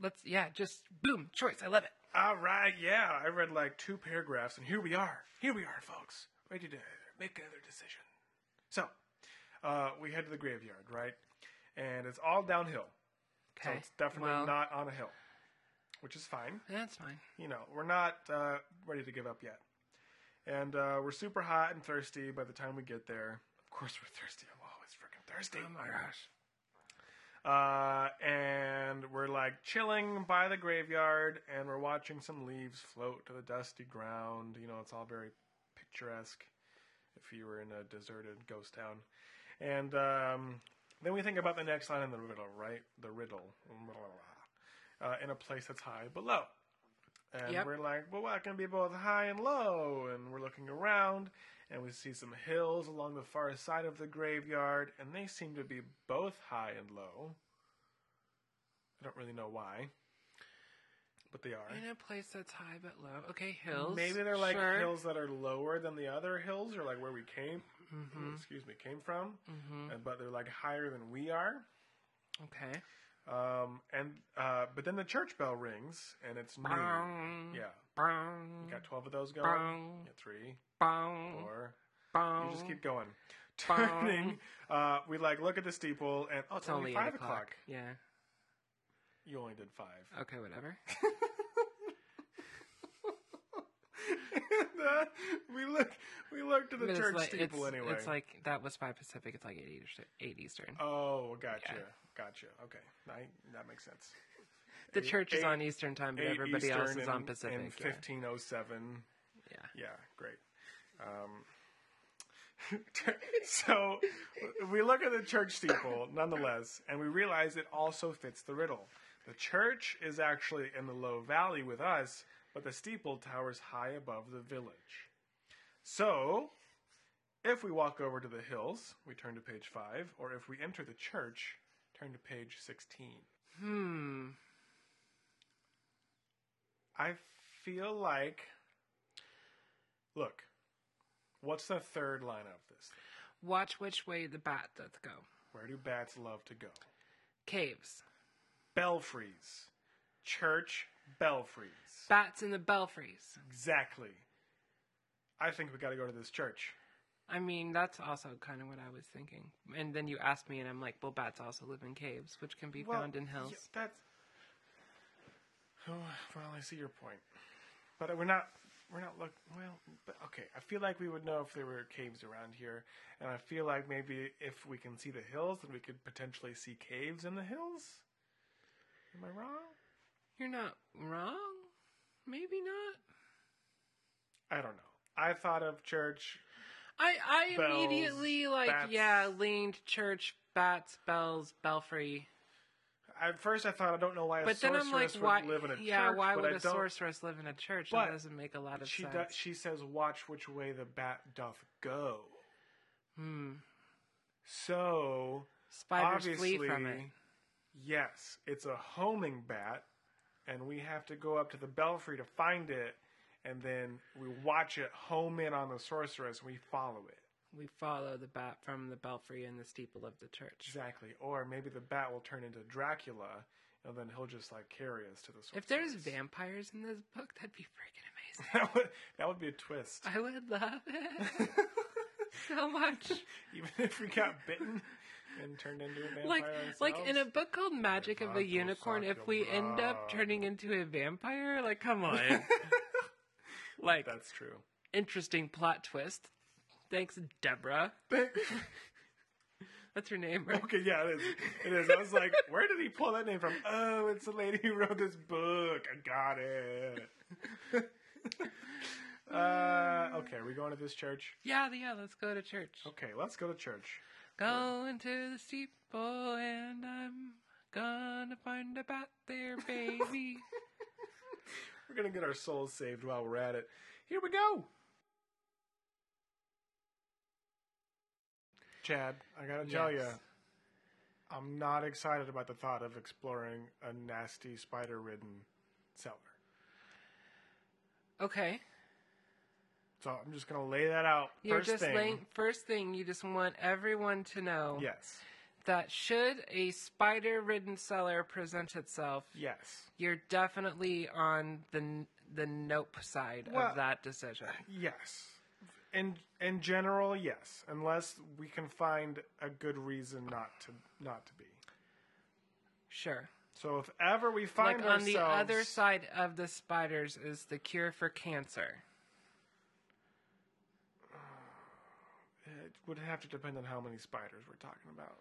[SPEAKER 2] Let's, yeah, just boom, choice. I love it.
[SPEAKER 3] All right, yeah. I read like two paragraphs, and here we are. Here we are, folks, ready to make another decision. So, uh, we head to the graveyard, right? And it's all downhill. So it's definitely
[SPEAKER 2] well,
[SPEAKER 3] not on a hill, which is fine.
[SPEAKER 2] That's fine.
[SPEAKER 3] You know, we're not uh, ready to give up yet. And uh, we're super hot and thirsty by the time we get there. Of course, we're thirsty. I'm always freaking thirsty.
[SPEAKER 2] Oh my gosh.
[SPEAKER 3] Uh, and we're like chilling by the graveyard and we're watching some leaves float to the dusty ground. You know, it's all very picturesque if you were in a deserted ghost town. And um, then we think about the next line in the riddle, right? The riddle. Uh, in a place that's high but low. And
[SPEAKER 2] Yep.
[SPEAKER 3] we're like, well, what can be both high and low? And we're looking around and we see some hills along the far side of the graveyard, and they seem to be both high and low. I don't really know why, but they are.
[SPEAKER 2] In a place that's high but low. Okay, hills.
[SPEAKER 3] Maybe they're like
[SPEAKER 2] sure.
[SPEAKER 3] hills that are lower than the other hills, or like where we came,
[SPEAKER 2] Mhm.
[SPEAKER 3] excuse me, came from,
[SPEAKER 2] Mhm.
[SPEAKER 3] and- but they're like higher than we are.
[SPEAKER 2] Okay.
[SPEAKER 3] Um, and uh, but then the church bell rings, and it's noon.
[SPEAKER 2] Bong,
[SPEAKER 3] Yeah,
[SPEAKER 2] bong,
[SPEAKER 3] you got twelve of those going.
[SPEAKER 2] bong,
[SPEAKER 3] Yeah, three,
[SPEAKER 2] bong,
[SPEAKER 3] four.
[SPEAKER 2] bong.
[SPEAKER 3] You just keep going.
[SPEAKER 2] Bong.
[SPEAKER 3] Turning, uh, we like look at the steeple, and oh,
[SPEAKER 2] It's only eight
[SPEAKER 3] five
[SPEAKER 2] o'clock.
[SPEAKER 3] o'clock.
[SPEAKER 2] Yeah.
[SPEAKER 3] You only did five.
[SPEAKER 2] Okay, whatever.
[SPEAKER 3] and, uh, we look, we look to the
[SPEAKER 2] But it's
[SPEAKER 3] church
[SPEAKER 2] like-
[SPEAKER 3] steeple
[SPEAKER 2] it's-
[SPEAKER 3] anyway.
[SPEAKER 2] It's like that was five Pacific. It's like eight Eastern. Eight Eastern.
[SPEAKER 3] oh, gotcha,
[SPEAKER 2] Yeah.
[SPEAKER 3] gotcha. Okay, I, that makes sense.
[SPEAKER 2] the
[SPEAKER 3] eight-
[SPEAKER 2] church is
[SPEAKER 3] eight-
[SPEAKER 2] on Eastern time, but
[SPEAKER 3] Eight
[SPEAKER 2] everybody else
[SPEAKER 3] Eastern
[SPEAKER 2] is on
[SPEAKER 3] in-
[SPEAKER 2] Pacific.
[SPEAKER 3] In
[SPEAKER 2] yeah.
[SPEAKER 3] fifteen oh seven.
[SPEAKER 2] Yeah.
[SPEAKER 3] Yeah, great. Um, so we look at the church steeple, nonetheless, and we realize it also fits the riddle. The church is actually in the low valley with us, but the steeple towers high above the village. So, if we walk over to the hills, we turn to page five, or if we enter the church, turn to page 16.
[SPEAKER 2] Hmm.
[SPEAKER 3] I feel like. Look, what's the third line of this?
[SPEAKER 2] Watch which way the bat doth go.
[SPEAKER 3] Where do bats love to go?
[SPEAKER 2] Caves.
[SPEAKER 3] Belfries, church belfries.
[SPEAKER 2] Bats in the belfries.
[SPEAKER 3] Exactly. I think we got to go to this church.
[SPEAKER 2] I mean, that's also kind of what I was thinking. And then you asked me, and I'm like, well, bats also live in caves, which can be found in
[SPEAKER 3] yeah,
[SPEAKER 2] hills.
[SPEAKER 3] that's. Oh, well, I see your point, but we're not. We're not look well. But okay, I feel like we would know if there were caves around here, and I feel like maybe if we can see the hills, then we could potentially see caves in the hills. Am I wrong?
[SPEAKER 2] You're not wrong. Maybe not.
[SPEAKER 3] I don't know. I thought of church.
[SPEAKER 2] I I
[SPEAKER 3] Bells,
[SPEAKER 2] immediately like
[SPEAKER 3] bats.
[SPEAKER 2] yeah leaned church bats bells belfry.
[SPEAKER 3] At first, I thought I don't know why a
[SPEAKER 2] But then
[SPEAKER 3] sorceress
[SPEAKER 2] I'm like,
[SPEAKER 3] would
[SPEAKER 2] why?
[SPEAKER 3] live in a
[SPEAKER 2] yeah,
[SPEAKER 3] church.
[SPEAKER 2] why
[SPEAKER 3] but
[SPEAKER 2] would
[SPEAKER 3] I
[SPEAKER 2] a
[SPEAKER 3] don't,
[SPEAKER 2] sorceress live in a church?
[SPEAKER 3] But
[SPEAKER 2] that doesn't make a lot of
[SPEAKER 3] She
[SPEAKER 2] sense.
[SPEAKER 3] does, she says, "Watch which way the bat doth go."
[SPEAKER 2] Hmm.
[SPEAKER 3] So
[SPEAKER 2] Spiders flee from it.
[SPEAKER 3] Obviously- Yes, it's a homing bat, and we have to go up to the belfry to find it, and then we watch it home in on the sorceress, and we follow it.
[SPEAKER 2] We follow the bat from the belfry and the steeple of the church.
[SPEAKER 3] Exactly. Or maybe the bat will turn into Dracula, and then he'll just like carry us to the sorceress.
[SPEAKER 2] If there's vampires in this book, that'd be freaking
[SPEAKER 3] that would, that would be a twist.
[SPEAKER 2] amazing. I would love it so much.
[SPEAKER 3] Even if we got bitten and turned into a vampire,
[SPEAKER 2] like like in a
[SPEAKER 3] ourselves.
[SPEAKER 2] book called Magic of the
[SPEAKER 3] Levanto
[SPEAKER 2] Unicorn, if we end up
[SPEAKER 3] Sacroblad.
[SPEAKER 2] turning into a vampire, like come on. like
[SPEAKER 3] that's true.
[SPEAKER 2] interesting plot twist. Thanks, Deborah. That's her name, right?
[SPEAKER 3] Okay, yeah, it is. It is. I was like, where did he pull that name from? Oh, it's the lady who wrote this book. I got it. uh, okay, are we going to this church?
[SPEAKER 2] Yeah, yeah, let's go to church.
[SPEAKER 3] Okay, let's go to church.
[SPEAKER 2] Going to the steeple and I'm gonna find a bat there, baby.
[SPEAKER 3] We're going to get our souls saved while we're at it. Here we go. Chad, I got to tell
[SPEAKER 2] Yes.
[SPEAKER 3] you, I'm not excited about the thought of exploring a nasty spider ridden cellar.
[SPEAKER 2] Okay.
[SPEAKER 3] So I'm just going to lay that out.
[SPEAKER 2] You're
[SPEAKER 3] first
[SPEAKER 2] just
[SPEAKER 3] thing.
[SPEAKER 2] laying first thing you just want everyone to know
[SPEAKER 3] Yes.
[SPEAKER 2] that should a spider ridden cellar present itself,
[SPEAKER 3] Yes.
[SPEAKER 2] you're definitely on the n- the nope side
[SPEAKER 3] Well-
[SPEAKER 2] of that decision.
[SPEAKER 3] Yes. In in general, yes, unless we can find a good reason not to not to be.
[SPEAKER 2] Sure.
[SPEAKER 3] So if ever we find
[SPEAKER 2] like on the
[SPEAKER 3] ourselves-
[SPEAKER 2] other side of the spiders is the cure for cancer.
[SPEAKER 3] it would have to depend on how many spiders we're talking about.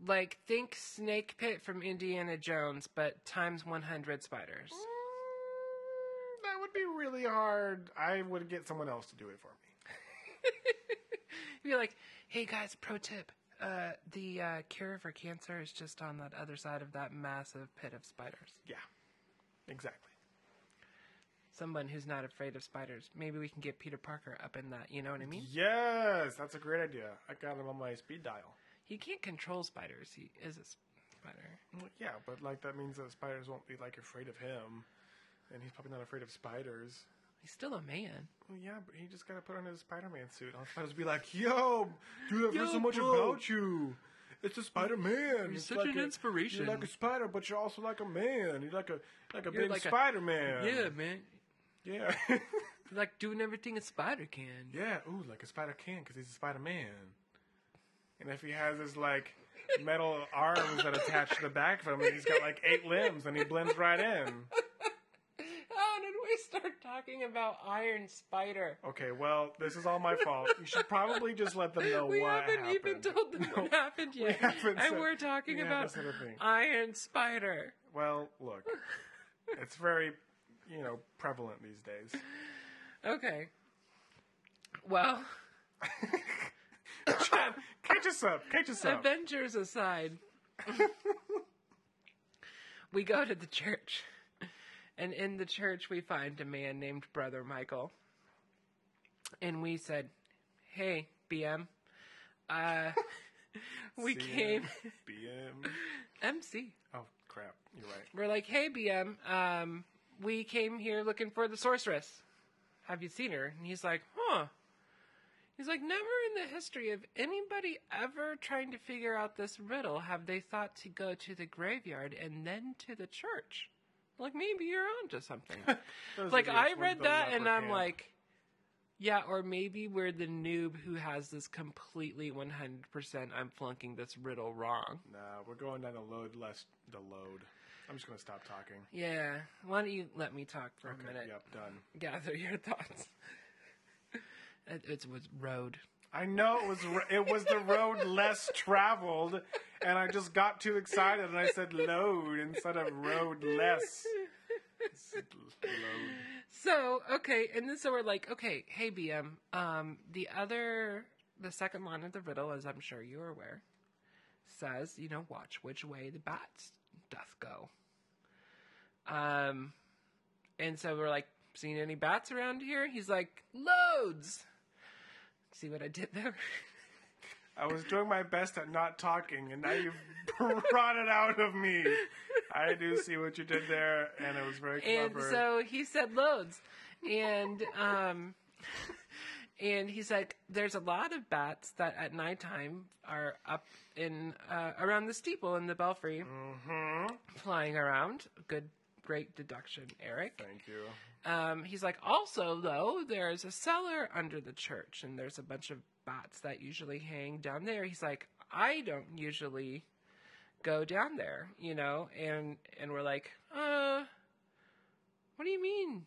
[SPEAKER 2] Like think Snake Pit from Indiana Jones, but times 100 spiders.
[SPEAKER 3] Mm, That would be really hard. I would get someone else to do it for me.
[SPEAKER 2] You'd be like, hey guys, pro tip. Uh, the uh, cure for cancer is just on that other side of that massive pit of spiders.
[SPEAKER 3] Yeah, exactly.
[SPEAKER 2] Someone who's not afraid of spiders. Maybe we can get Peter Parker up in that. You know what I mean?
[SPEAKER 3] Yes, that's a great idea. I got him on my speed dial.
[SPEAKER 2] He can't control spiders. He is a spider.
[SPEAKER 3] Well, yeah, but like that means that spiders won't be like afraid of him, and he's probably not afraid of spiders.
[SPEAKER 2] He's still a man.
[SPEAKER 3] Well, yeah, but he just gotta put on his Spider-Man suit. I'll supposed to be like, "Yo, dude, I've
[SPEAKER 2] Yo,
[SPEAKER 3] heard so much
[SPEAKER 2] bro.
[SPEAKER 3] about you. It's a Spider-Man. It's
[SPEAKER 2] such
[SPEAKER 3] like
[SPEAKER 2] an
[SPEAKER 3] a-
[SPEAKER 2] inspiration."
[SPEAKER 3] You're like a spider, but you're also like a man. You're like a like a
[SPEAKER 2] You're
[SPEAKER 3] big
[SPEAKER 2] like a-
[SPEAKER 3] Spider-Man.
[SPEAKER 2] Yeah, man.
[SPEAKER 3] yeah,
[SPEAKER 2] Like doing everything a spider can.
[SPEAKER 3] yeah. Ooh, like a spider can because he's a Spider-Man. And if he has his like metal arms that attach to the back of him, and he's got like eight limbs, and he blends right in.
[SPEAKER 2] How Oh, did we start talking about Iron Spider?
[SPEAKER 3] Okay, well, this is all my fault. You should probably just let them know
[SPEAKER 2] we
[SPEAKER 3] what
[SPEAKER 2] haven't
[SPEAKER 3] happened.
[SPEAKER 2] even told them what happened yet.
[SPEAKER 3] haven't
[SPEAKER 2] and
[SPEAKER 3] said-
[SPEAKER 2] we're talking
[SPEAKER 3] we haven't
[SPEAKER 2] about
[SPEAKER 3] said a thing.
[SPEAKER 2] Iron Spider.
[SPEAKER 3] Well, look, it's very, you know, prevalent these days.
[SPEAKER 2] Okay. Well,
[SPEAKER 3] Chad, catch us up. Catch us up.
[SPEAKER 2] Avengers aside, we go to the church. And in the church, we find a man named Brother Michael. And we said, Hey, BM. Uh, we
[SPEAKER 3] CM,
[SPEAKER 2] came,
[SPEAKER 3] BM.
[SPEAKER 2] MC.
[SPEAKER 3] Oh crap! You're right.
[SPEAKER 2] We're like, Hey, BM, um, we came here looking for the sorceress. Have you seen her? And he's like, Huh. He's like, never in the history of anybody ever trying to figure out this riddle have they thought to go to the graveyard and then to the church. Like maybe you're onto something.
[SPEAKER 3] Those
[SPEAKER 2] like I
[SPEAKER 3] idiots went
[SPEAKER 2] read
[SPEAKER 3] to the
[SPEAKER 2] that and
[SPEAKER 3] leper
[SPEAKER 2] I'm
[SPEAKER 3] camp.
[SPEAKER 2] like, yeah, or maybe we're the noob who has this completely 100% I'm flunking this riddle wrong.
[SPEAKER 3] nah, we're going down the load less the load. I'm just gonna stop talking.
[SPEAKER 2] Yeah, why don't you let me talk for a minute?
[SPEAKER 3] Yep, done.
[SPEAKER 2] Gather your thoughts. it, it was road.
[SPEAKER 3] I know it was r- it was the road less traveled, and I just got too excited and I said load instead of road less. It's Load.
[SPEAKER 2] So okay, and then so we're like, okay, hey BM, um, the other, the second line of the riddle, as I'm sure you're aware, says, you know, watch which way the bats doth go. Um, and so we're like, seen any bats around here? He's like, loads. See what I did there?
[SPEAKER 3] I was doing my best at not talking, and now you've brought it out of me. I do see what you did there, and it was very
[SPEAKER 2] and
[SPEAKER 3] clever.
[SPEAKER 2] so he said loads and um and he's like there's a lot of bats that at nighttime are up in uh, around the steeple in the belfry
[SPEAKER 3] mm-hmm.
[SPEAKER 2] flying around good great deduction eric
[SPEAKER 3] Thank you.
[SPEAKER 2] um, he's like also though there's a cellar under the church and there's a bunch of bats that usually hang down there he's like i don't usually go down there you know and and we're like uh what do you mean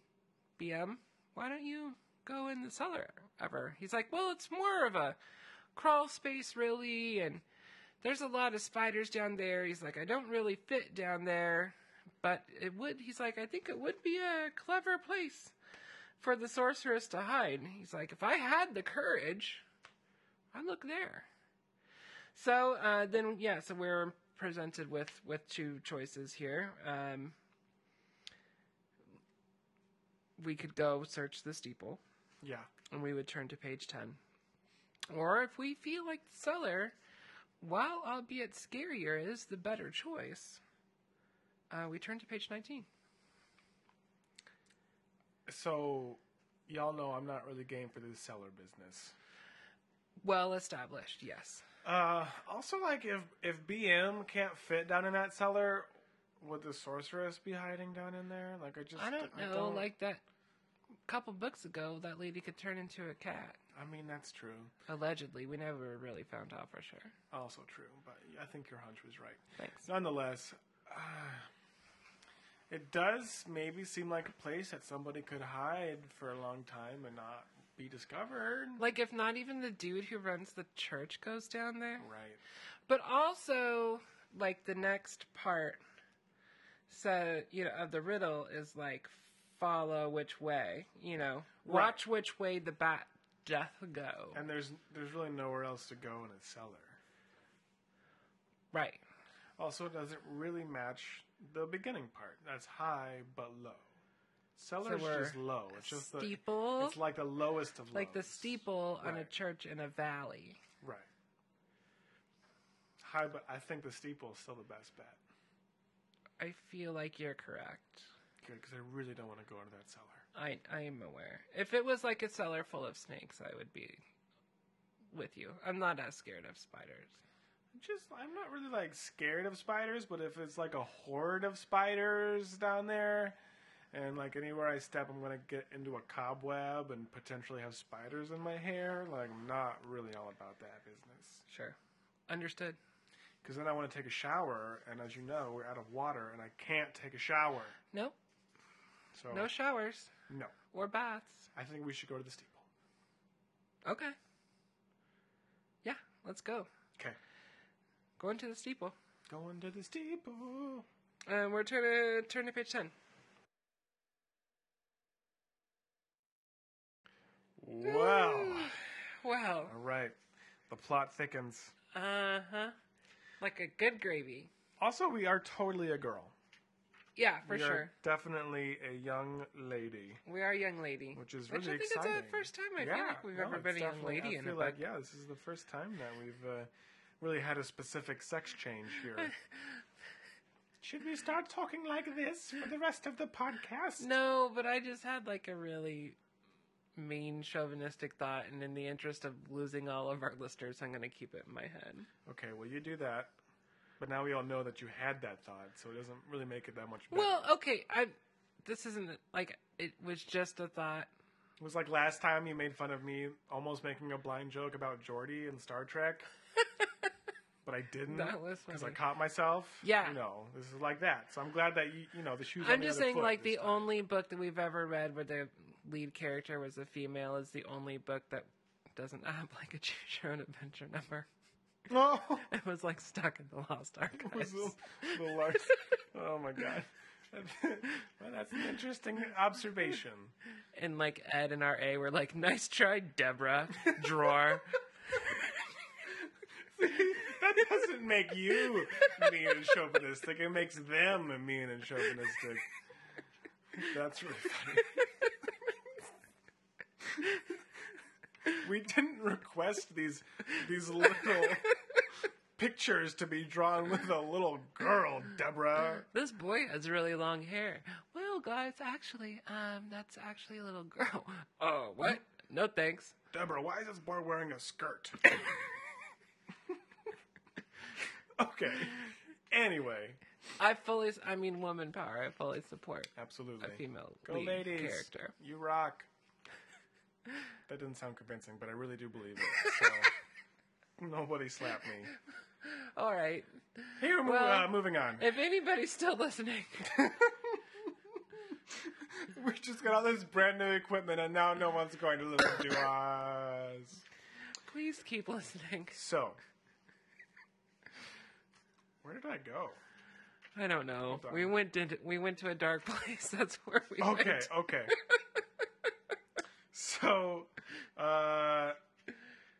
[SPEAKER 2] bm why don't you go in the cellar ever he's like well it's more of a crawl space really and there's a lot of spiders down there he's like i don't really fit down there but it would he's like i think it would be a clever place for the sorceress to hide he's like if i had the courage i'd look there so uh, then yeah so we're presented with with two choices here um, we could go search the steeple
[SPEAKER 3] Yeah.
[SPEAKER 2] and we would turn to page 10 or if we feel like the cellar while albeit scarier is the better choice uh, we turn to page 19
[SPEAKER 3] So, y'all know I'm not really game for this seller business.
[SPEAKER 2] Well established, yes.
[SPEAKER 3] Uh, also, like if if BM can't fit down in that cellar, would the sorceress be hiding down in there? Like I just
[SPEAKER 2] I don't know, like that couple books ago, that lady could turn into a cat.
[SPEAKER 3] I mean that's true.
[SPEAKER 2] Allegedly, we never really found out for sure.
[SPEAKER 3] Also true, but I think your hunch was right.
[SPEAKER 2] Thanks.
[SPEAKER 3] Nonetheless, uh, it does maybe seem like a place that somebody could hide for a long time and not be discovered.
[SPEAKER 2] Like, if not even the dude who runs the church goes down there.
[SPEAKER 3] Right.
[SPEAKER 2] But also, like, the next part, so, you know, of the riddle is like, follow which way, you know,
[SPEAKER 3] Right.
[SPEAKER 2] watch which way the bat doth go.
[SPEAKER 3] And there's there's really nowhere else to go in a cellar.
[SPEAKER 2] Right.
[SPEAKER 3] Also, it doesn't really match the beginning part. That's high but low. Cellar is
[SPEAKER 2] we're
[SPEAKER 3] just low. It's just the
[SPEAKER 2] steeple?
[SPEAKER 3] It's like the lowest of
[SPEAKER 2] Like the
[SPEAKER 3] lows.
[SPEAKER 2] steeple on a
[SPEAKER 3] Right.
[SPEAKER 2] church in a valley.
[SPEAKER 3] Right. High, but I think the steeple is still the best bet.
[SPEAKER 2] I feel like you're correct.
[SPEAKER 3] Good, because I really don't want to go into that cellar.
[SPEAKER 2] I I am aware. If it was like a cellar full of snakes, I would be with you. I'm not as scared of spiders.
[SPEAKER 3] Just, I'm not really like scared of spiders, but if it's like a horde of spiders down there, and like anywhere I step, I'm gonna get into a cobweb and potentially have spiders in my hair. Like, I'm not really all about that business.
[SPEAKER 2] Sure. Understood.
[SPEAKER 3] Because then I want to take a shower, and as you know, we're out of water, and I can't take a shower.
[SPEAKER 2] Nope.
[SPEAKER 3] So
[SPEAKER 2] No showers
[SPEAKER 3] no,
[SPEAKER 2] or baths.
[SPEAKER 3] I think we should go to the steeple.
[SPEAKER 2] Okay. Yeah, let's go.
[SPEAKER 3] Okay,
[SPEAKER 2] Going to the steeple.
[SPEAKER 3] going to the steeple.
[SPEAKER 2] And we're turning turn to page ten.
[SPEAKER 3] Wow.
[SPEAKER 2] Wow.
[SPEAKER 3] All right, the plot thickens.
[SPEAKER 2] Uh huh. Like a good gravy.
[SPEAKER 3] Also, we are totally a girl.
[SPEAKER 2] Yeah, for
[SPEAKER 3] we
[SPEAKER 2] sure.
[SPEAKER 3] Are definitely a young lady,
[SPEAKER 2] We are a young lady.
[SPEAKER 3] which is
[SPEAKER 2] Which
[SPEAKER 3] really
[SPEAKER 2] I think
[SPEAKER 3] exciting.
[SPEAKER 2] it's the first time I
[SPEAKER 3] Yeah,
[SPEAKER 2] feel like we've
[SPEAKER 3] no,
[SPEAKER 2] ever
[SPEAKER 3] it's
[SPEAKER 2] been a young
[SPEAKER 3] definitely-
[SPEAKER 2] lady in
[SPEAKER 3] I
[SPEAKER 2] a
[SPEAKER 3] feel
[SPEAKER 2] book.
[SPEAKER 3] like yeah, this is the first time that we've uh, really had a specific sex change here. Should we start talking like this for the rest of the podcast?
[SPEAKER 2] No, but I just had like a really mean chauvinistic thought, and in the interest of losing all of our listeners, I'm going to keep it in my head.
[SPEAKER 3] Okay, well you do that. But now we all know that you had that thought, so it doesn't really make it that much better.
[SPEAKER 2] Well, okay, I this isn't like it was just a thought.
[SPEAKER 3] it was like last time you made fun of me almost making a blind joke about Jordy and Star Trek. But I didn't
[SPEAKER 2] That was
[SPEAKER 3] because I
[SPEAKER 2] funny.
[SPEAKER 3] caught myself.
[SPEAKER 2] Mm-hmm. Yeah.
[SPEAKER 3] you know this is like that. So I'm glad that you, you know, the shoes. on
[SPEAKER 2] I'm
[SPEAKER 3] the
[SPEAKER 2] just
[SPEAKER 3] other
[SPEAKER 2] saying
[SPEAKER 3] foot
[SPEAKER 2] like
[SPEAKER 3] this
[SPEAKER 2] the
[SPEAKER 3] time.
[SPEAKER 2] only book that we've ever read where the lead character was a female is the only book that doesn't have like a choose your own adventure number.
[SPEAKER 3] No.
[SPEAKER 2] It was like stuck in the lost
[SPEAKER 3] was
[SPEAKER 2] archives.
[SPEAKER 3] the, the large. oh my god. well, that's an interesting observation.
[SPEAKER 2] and like Ed and RA were like, "Nice try, Deborah." Drawer.
[SPEAKER 3] that doesn't make you mean and chauvinistic. It makes them mean and chauvinistic. That's really funny. we didn't request these these little pictures to be drawn with a little girl, Deborah.
[SPEAKER 2] this boy has really long hair. Well, guys, actually, um, that's actually a little girl. Oh, what? No thanks.
[SPEAKER 3] Deborah, why is this boy wearing a skirt? okay. Anyway,
[SPEAKER 2] I fully, I mean, woman power. I fully support
[SPEAKER 3] absolutely.
[SPEAKER 2] a female
[SPEAKER 3] Go,
[SPEAKER 2] lead
[SPEAKER 3] ladies.
[SPEAKER 2] character.
[SPEAKER 3] You rock. That didn't sound convincing, but I really do believe it. So nobody slapped me.
[SPEAKER 2] All right.
[SPEAKER 3] Here, mo-
[SPEAKER 2] Well-
[SPEAKER 3] uh, moving on.
[SPEAKER 2] If anybody's still listening,
[SPEAKER 3] We just got all this brand new equipment, and now no one's going to listen to us.
[SPEAKER 2] please keep listening.
[SPEAKER 3] So, where did I go?
[SPEAKER 2] I don't know.
[SPEAKER 3] Hold on.
[SPEAKER 2] We went into we went to a dark place. That's where we
[SPEAKER 3] Okay,
[SPEAKER 2] went.
[SPEAKER 3] okay. so, uh,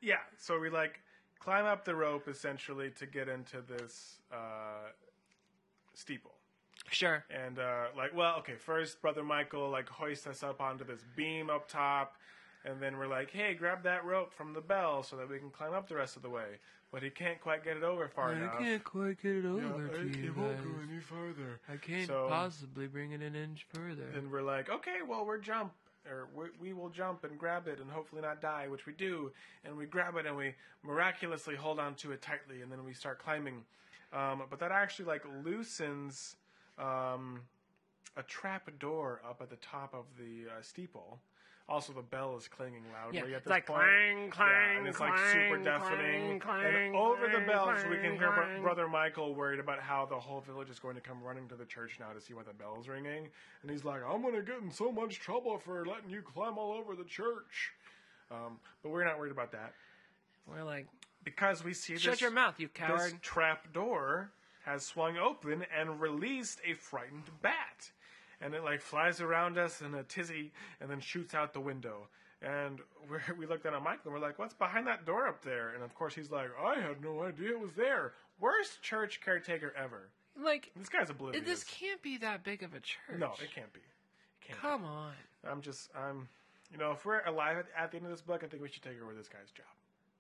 [SPEAKER 3] yeah, so we like climb up the rope essentially to get into this uh, steeple.
[SPEAKER 2] Sure.
[SPEAKER 3] And uh, like, well, okay, first brother Michael like hoists us up onto this beam up top, and then we're like, hey, grab that rope from the bell so that we can climb up the rest of the way. But he can't quite get it over far enough.
[SPEAKER 2] quite get it
[SPEAKER 3] Yeah, I- it won't go any farther.
[SPEAKER 2] I can't
[SPEAKER 3] So-
[SPEAKER 2] possibly bring it an inch further.
[SPEAKER 3] And we're like, okay, well, we're jump, or we, we will jump and grab it and hopefully not die, which we do. And we grab it and we miraculously hold on to it tightly, and then we start climbing. Um, but that actually like loosens um, a trap door up at the top of the uh, steeple. Also, the bell is clanging loudly
[SPEAKER 2] Yeah,
[SPEAKER 3] at
[SPEAKER 2] it's
[SPEAKER 3] this
[SPEAKER 2] like
[SPEAKER 3] point.
[SPEAKER 2] clang, clang,
[SPEAKER 3] yeah, and it's like super
[SPEAKER 2] clang,
[SPEAKER 3] deafening.
[SPEAKER 2] clang,
[SPEAKER 3] and
[SPEAKER 2] clang,
[SPEAKER 3] over the
[SPEAKER 2] clang,
[SPEAKER 3] bell, so we can
[SPEAKER 2] clang,
[SPEAKER 3] hear bro-
[SPEAKER 2] clang.
[SPEAKER 3] brother Michael worried about how the whole village is going to come running to the church now to see why the bell's ringing. And he's like, "I'm going to get in so much trouble for letting you climb all over the church." Um, but we're not worried about that
[SPEAKER 2] We're like,
[SPEAKER 3] because we see
[SPEAKER 2] shut
[SPEAKER 3] this,
[SPEAKER 2] your mouth, you
[SPEAKER 3] this
[SPEAKER 2] coward.
[SPEAKER 3] trap door has swung open and released a frightened bat, and it like flies around us in a tizzy and then shoots out the window. And we're, we look down at Michael and we're like, "What's behind that door up there?" And of course, he's like, "I had no idea it was there." Worst church caretaker ever.
[SPEAKER 2] Like,
[SPEAKER 3] This guy's
[SPEAKER 2] it,
[SPEAKER 3] oblivious.
[SPEAKER 2] this can't be that big of a church.
[SPEAKER 3] no, it can't be. It can't.
[SPEAKER 2] Come on.
[SPEAKER 3] Be. I'm just, I'm, you know, if we're alive at, at the end of this book, I think we should take over this guy's job.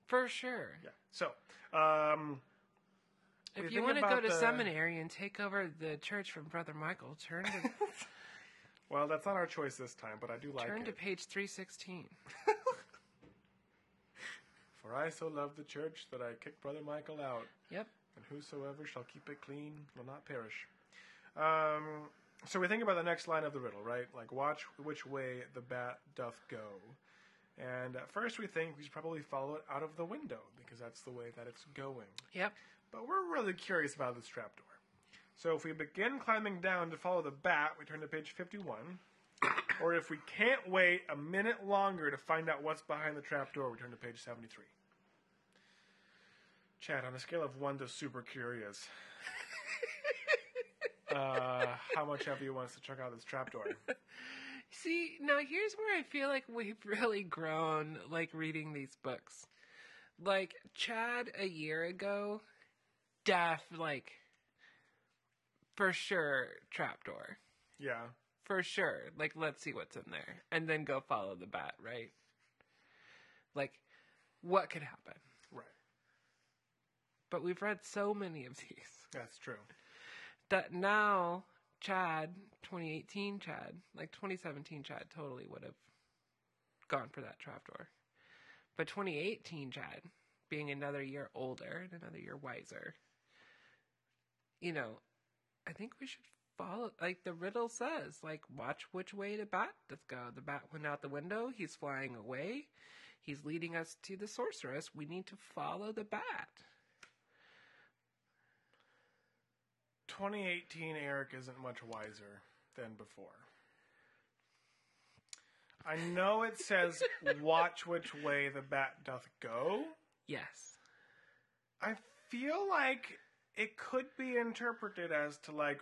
[SPEAKER 2] For sure.
[SPEAKER 3] Yeah. So, um,
[SPEAKER 2] If
[SPEAKER 3] you
[SPEAKER 2] you
[SPEAKER 3] think
[SPEAKER 2] want to go
[SPEAKER 3] about
[SPEAKER 2] to
[SPEAKER 3] the-
[SPEAKER 2] seminary and take over the church from Brother Michael, turn to
[SPEAKER 3] well, that's not our choice this time, but I do like
[SPEAKER 2] turn
[SPEAKER 3] it.
[SPEAKER 2] to page three sixteen.
[SPEAKER 3] For I so love the church that I kicked Brother Michael out,
[SPEAKER 2] Yep.
[SPEAKER 3] and whosoever shall keep it clean will not perish. Um, so we think about the next line of the riddle, right? Like, watch which way the bat doth go. And at first we think we should probably follow it out of the window, because that's the way that it's going.
[SPEAKER 2] Yep.
[SPEAKER 3] But we're really curious about this trapdoor. So if we begin climbing down to follow the bat, we turn to page 51. or if we can't wait a minute longer to find out what's behind the trapdoor, we turn to page 73. Chad, on a scale of 1 to super curious, uh, how much of you wants to check out this trapdoor?
[SPEAKER 2] See, now here's where I feel like we've really grown, like reading these books. Like Chad a year ago, deaf, like for sure trapdoor,
[SPEAKER 3] Yeah.
[SPEAKER 2] for sure. Like let's see what's in there, and then go follow the bat, right? Like what could happen?
[SPEAKER 3] Right.
[SPEAKER 2] But we've read so many of these
[SPEAKER 3] That's true.
[SPEAKER 2] that now Chad, 2018 Chad, like 2017 Chad totally would have gone for that trapdoor. But 2018 Chad, being another year older and another year wiser, you know, I think we should follow. Like the riddle says, like watch which way the bat doth go. The bat went out the window. He's flying away. He's leading us to the sorceress. We need to follow the bat.
[SPEAKER 3] 2018 Eric isn't much wiser than before. I know it says watch which way the bat doth go.
[SPEAKER 2] Yes.
[SPEAKER 3] I feel like it could be interpreted as to like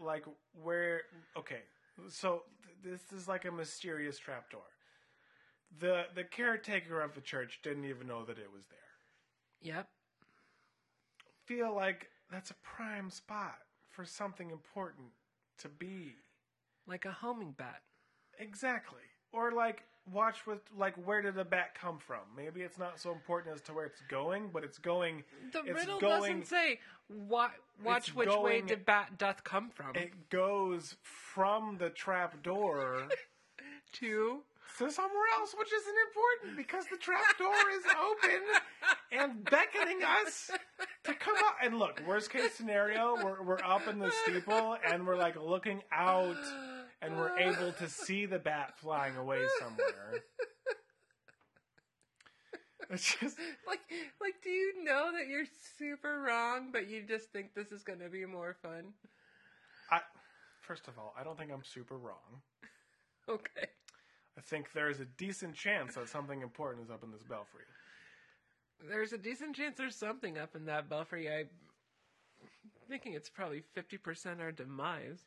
[SPEAKER 3] like where okay. So th- this is like a mysterious trapdoor. The the caretaker of the church didn't even know that it was there.
[SPEAKER 2] Yep.
[SPEAKER 3] Feel like that's a prime spot for something important to be.
[SPEAKER 2] Like a homing bat.
[SPEAKER 3] Exactly. Or like watch with like where did the bat come from? Maybe it's not so important as to where it's going, but it's going
[SPEAKER 2] The
[SPEAKER 3] It's
[SPEAKER 2] riddle
[SPEAKER 3] going-
[SPEAKER 2] doesn't say wa- watch
[SPEAKER 3] It's
[SPEAKER 2] which way
[SPEAKER 3] going-
[SPEAKER 2] the bat doth come from.
[SPEAKER 3] it goes from the trap door
[SPEAKER 2] to
[SPEAKER 3] to somewhere else, which isn't important because the trap door is open and beckoning us to come out. And look, worst case scenario, we're we're up in the steeple and we're like looking out and we're able to see the bat flying away somewhere. It's just
[SPEAKER 2] like like do you know that you're super wrong but you just think this is going to be more fun
[SPEAKER 3] I first of all, I don't think I'm super wrong.
[SPEAKER 2] okay
[SPEAKER 3] I think there is a decent chance that something important is up in this belfry.
[SPEAKER 2] there's a decent chance there's something up in that belfry i'm thinking it's probably 50% our demise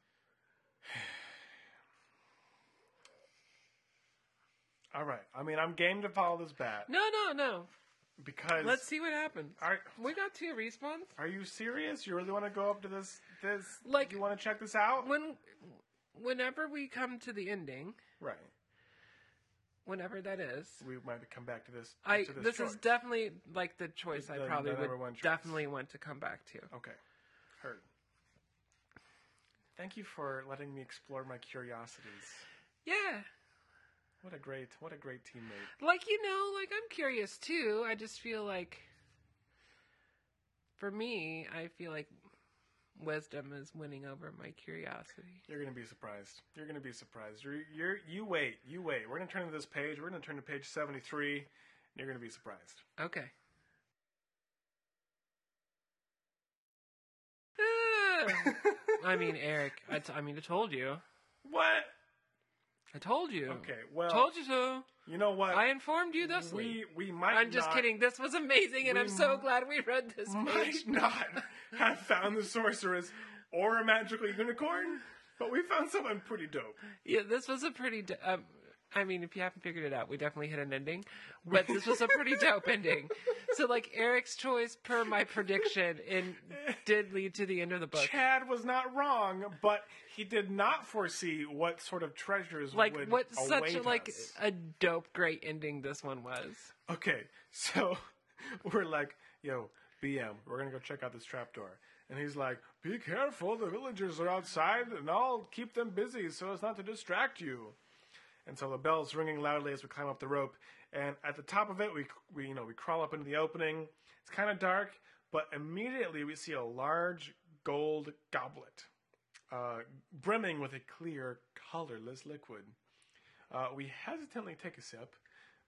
[SPEAKER 3] All right. I mean, I'm game to follow this bat
[SPEAKER 2] no no no
[SPEAKER 3] because
[SPEAKER 2] let's see what happens
[SPEAKER 3] Are,
[SPEAKER 2] we got two respawns
[SPEAKER 3] are you serious? You really want to go up to this this
[SPEAKER 2] Like-
[SPEAKER 3] you want to check this out?
[SPEAKER 2] when whenever we come to the ending
[SPEAKER 3] Right.
[SPEAKER 2] whenever that is
[SPEAKER 3] We might come back to this
[SPEAKER 2] i
[SPEAKER 3] to
[SPEAKER 2] this
[SPEAKER 3] choice.
[SPEAKER 2] is definitely like the choice i
[SPEAKER 3] The- the
[SPEAKER 2] probably
[SPEAKER 3] number one
[SPEAKER 2] would
[SPEAKER 3] choice.
[SPEAKER 2] definitely want to come back to
[SPEAKER 3] Okay. Heard. Thank you for letting me explore my curiosities.
[SPEAKER 2] yeah
[SPEAKER 3] What a great what a great teammate.
[SPEAKER 2] like you know like i'm curious too i just feel like for me i feel like wisdom is winning over my curiosity
[SPEAKER 3] You're gonna be surprised. You're gonna be surprised. You're, you're you wait, you wait. We're gonna turn to this page. We're gonna turn to page seventy three. And you're gonna be surprised.
[SPEAKER 2] okay Ah! i mean eric I, t- I mean i told you
[SPEAKER 3] what?
[SPEAKER 2] i told you
[SPEAKER 3] Okay. Well,
[SPEAKER 2] told you so
[SPEAKER 3] you know what?
[SPEAKER 2] i informed you thusly
[SPEAKER 3] we we might.
[SPEAKER 2] i'm just
[SPEAKER 3] not-
[SPEAKER 2] kidding this was amazing and
[SPEAKER 3] we
[SPEAKER 2] i'm so
[SPEAKER 3] m- Oh
[SPEAKER 2] glad we read this
[SPEAKER 3] Might
[SPEAKER 2] page.
[SPEAKER 3] not have found the sorceress or a magical unicorn, but we found someone pretty dope.
[SPEAKER 2] Yeah, this was a pretty. Do- um, I mean, if you haven't figured it out, we definitely hit an ending, but this was a pretty dope ending. So, like Eric's choice, per my prediction, and did lead to the end of the book.
[SPEAKER 3] Chad was not wrong, but he did not foresee what sort of treasures
[SPEAKER 2] Like
[SPEAKER 3] would
[SPEAKER 2] what
[SPEAKER 3] await
[SPEAKER 2] such a, like
[SPEAKER 3] us.
[SPEAKER 2] a dope, great ending this one was.
[SPEAKER 3] okay, so we're like, yo, BM, we're gonna go check out this trapdoor. And he's like, be careful, the villagers are outside, and I'll keep them busy so as not to distract you. And so the bell's ringing loudly as we climb up the rope. And at the top of it, we, we you know, we crawl up into the opening. It's kind of dark, but immediately we see a large gold goblet, uh, brimming with a clear, colorless liquid. Uh, we hesitantly take a sip,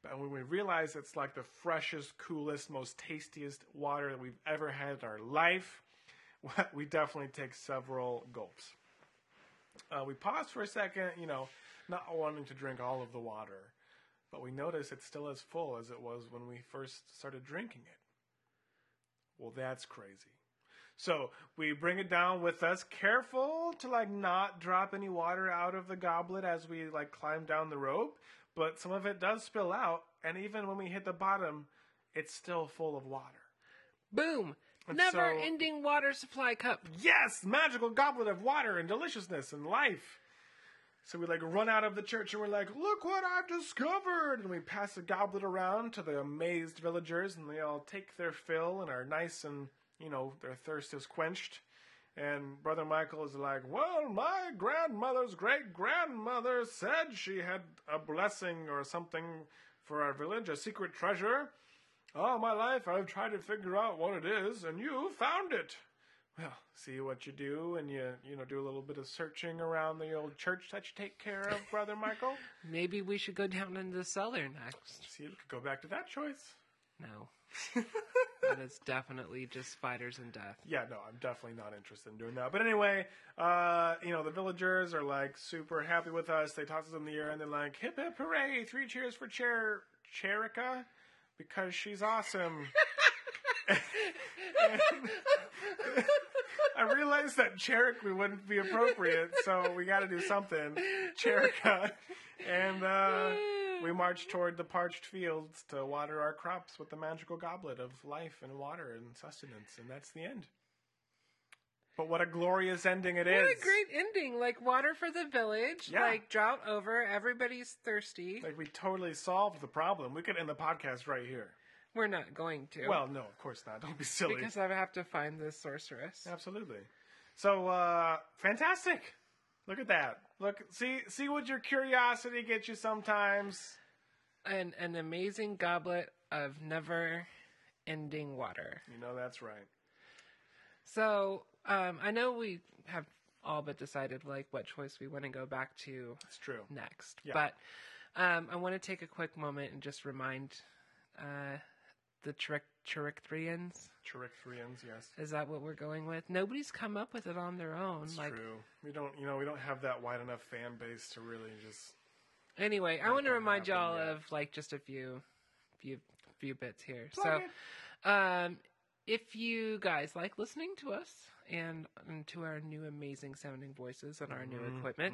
[SPEAKER 3] but when we realize it's like the freshest, coolest, most tastiest water that we've ever had in our life, we definitely take several gulps. Uh, we pause for a second, you know, not wanting to drink all of the water, but we notice it's still as full as it was when we first started drinking it. Well, that's crazy. So we bring it down with us, careful to like not drop any water out of the goblet as we like climb down the rope. But some of it does spill out, and even when we hit the bottom, it's still full of water.
[SPEAKER 2] Boom!
[SPEAKER 3] And
[SPEAKER 2] Never
[SPEAKER 3] so-
[SPEAKER 2] ending water supply cup.
[SPEAKER 3] Yes, magical goblet of water and deliciousness and life. So we like run out of the church and we're like, look what I've discovered! And we pass the goblet around to the amazed villagers and they all take their fill and are nice and, you know, their thirst is quenched. And Brother Michael is like, well, my grandmother's great grandmother said she had a blessing or something for our village, a secret treasure. All my life I've tried to figure out what it is, and you found it. well, see what you do, and you you know do a little bit of searching around the old church that you take care of, brother Michael.
[SPEAKER 2] Maybe we should go down into the cellar next.
[SPEAKER 3] see, we could go back to that choice.
[SPEAKER 2] No. that is definitely just spiders and death.
[SPEAKER 3] Yeah, no, I'm definitely not interested in doing that. But anyway, uh, you know, the villagers are like super happy with us. They toss us in the air and they're like, hip hip hooray, three cheers for Cher Cherica because she's awesome. I realized that Cherica wouldn't be appropriate, so we got to do something. Cherica. And uh, we march toward the parched fields to water our crops with the magical goblet of life and water and sustenance, and that's the end. But what a glorious ending it is!
[SPEAKER 2] What a great ending! Like water for the village,
[SPEAKER 3] Yeah.
[SPEAKER 2] like drought over, everybody's thirsty.
[SPEAKER 3] Like we totally solved the problem. We could end the podcast right here.
[SPEAKER 2] We're not going to.
[SPEAKER 3] Well, no, of course not. Don't be silly.
[SPEAKER 2] because I have to find the sorceress.
[SPEAKER 3] Absolutely. So uh fantastic. Look at that. Look see see what your curiosity gets you sometimes.
[SPEAKER 2] An an amazing goblet of never ending water.
[SPEAKER 3] You know that's right.
[SPEAKER 2] So, um, I know we have all but decided like what choice we want to go back to
[SPEAKER 3] It's true.
[SPEAKER 2] next.
[SPEAKER 3] Yeah.
[SPEAKER 2] But um, I want to take a quick moment and just remind uh, the Chiric- Chiricthrians.
[SPEAKER 3] Chiricthrians, yes.
[SPEAKER 2] Is that what we're going with? Nobody's come up with it on their own.
[SPEAKER 3] It's
[SPEAKER 2] like
[SPEAKER 3] true. We don't you know, we don't have that wide enough fan base to really just
[SPEAKER 2] anyway, I
[SPEAKER 3] That
[SPEAKER 2] want to
[SPEAKER 3] don't
[SPEAKER 2] remind
[SPEAKER 3] happen
[SPEAKER 2] y'all
[SPEAKER 3] yet.
[SPEAKER 2] of like just a few, few, few bits here.
[SPEAKER 3] Plug it.
[SPEAKER 2] so, um, if you guys like listening to us and, and to our new amazing sounding voices and our new equipment,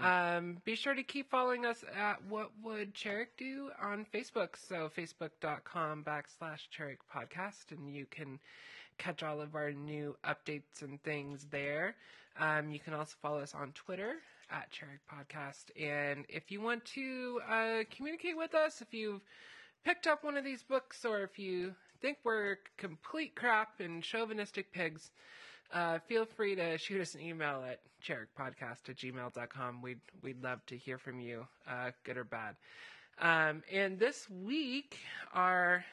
[SPEAKER 2] um, be sure to keep following us at What Would Cherik Do on Facebook. So facebook.com backslash Cherik Podcast, and you can catch all of our new updates and things there. Um, you can also follow us on Twitter at Cherik Podcast. And if you want to uh, communicate with us, if you've picked up one of these books or if you think we're complete crap and chauvinistic pigs, uh, feel free to shoot us an email at cherrickpodcast at gmail.com. We'd, we'd love to hear from you, uh, good or bad. Um, and this week, our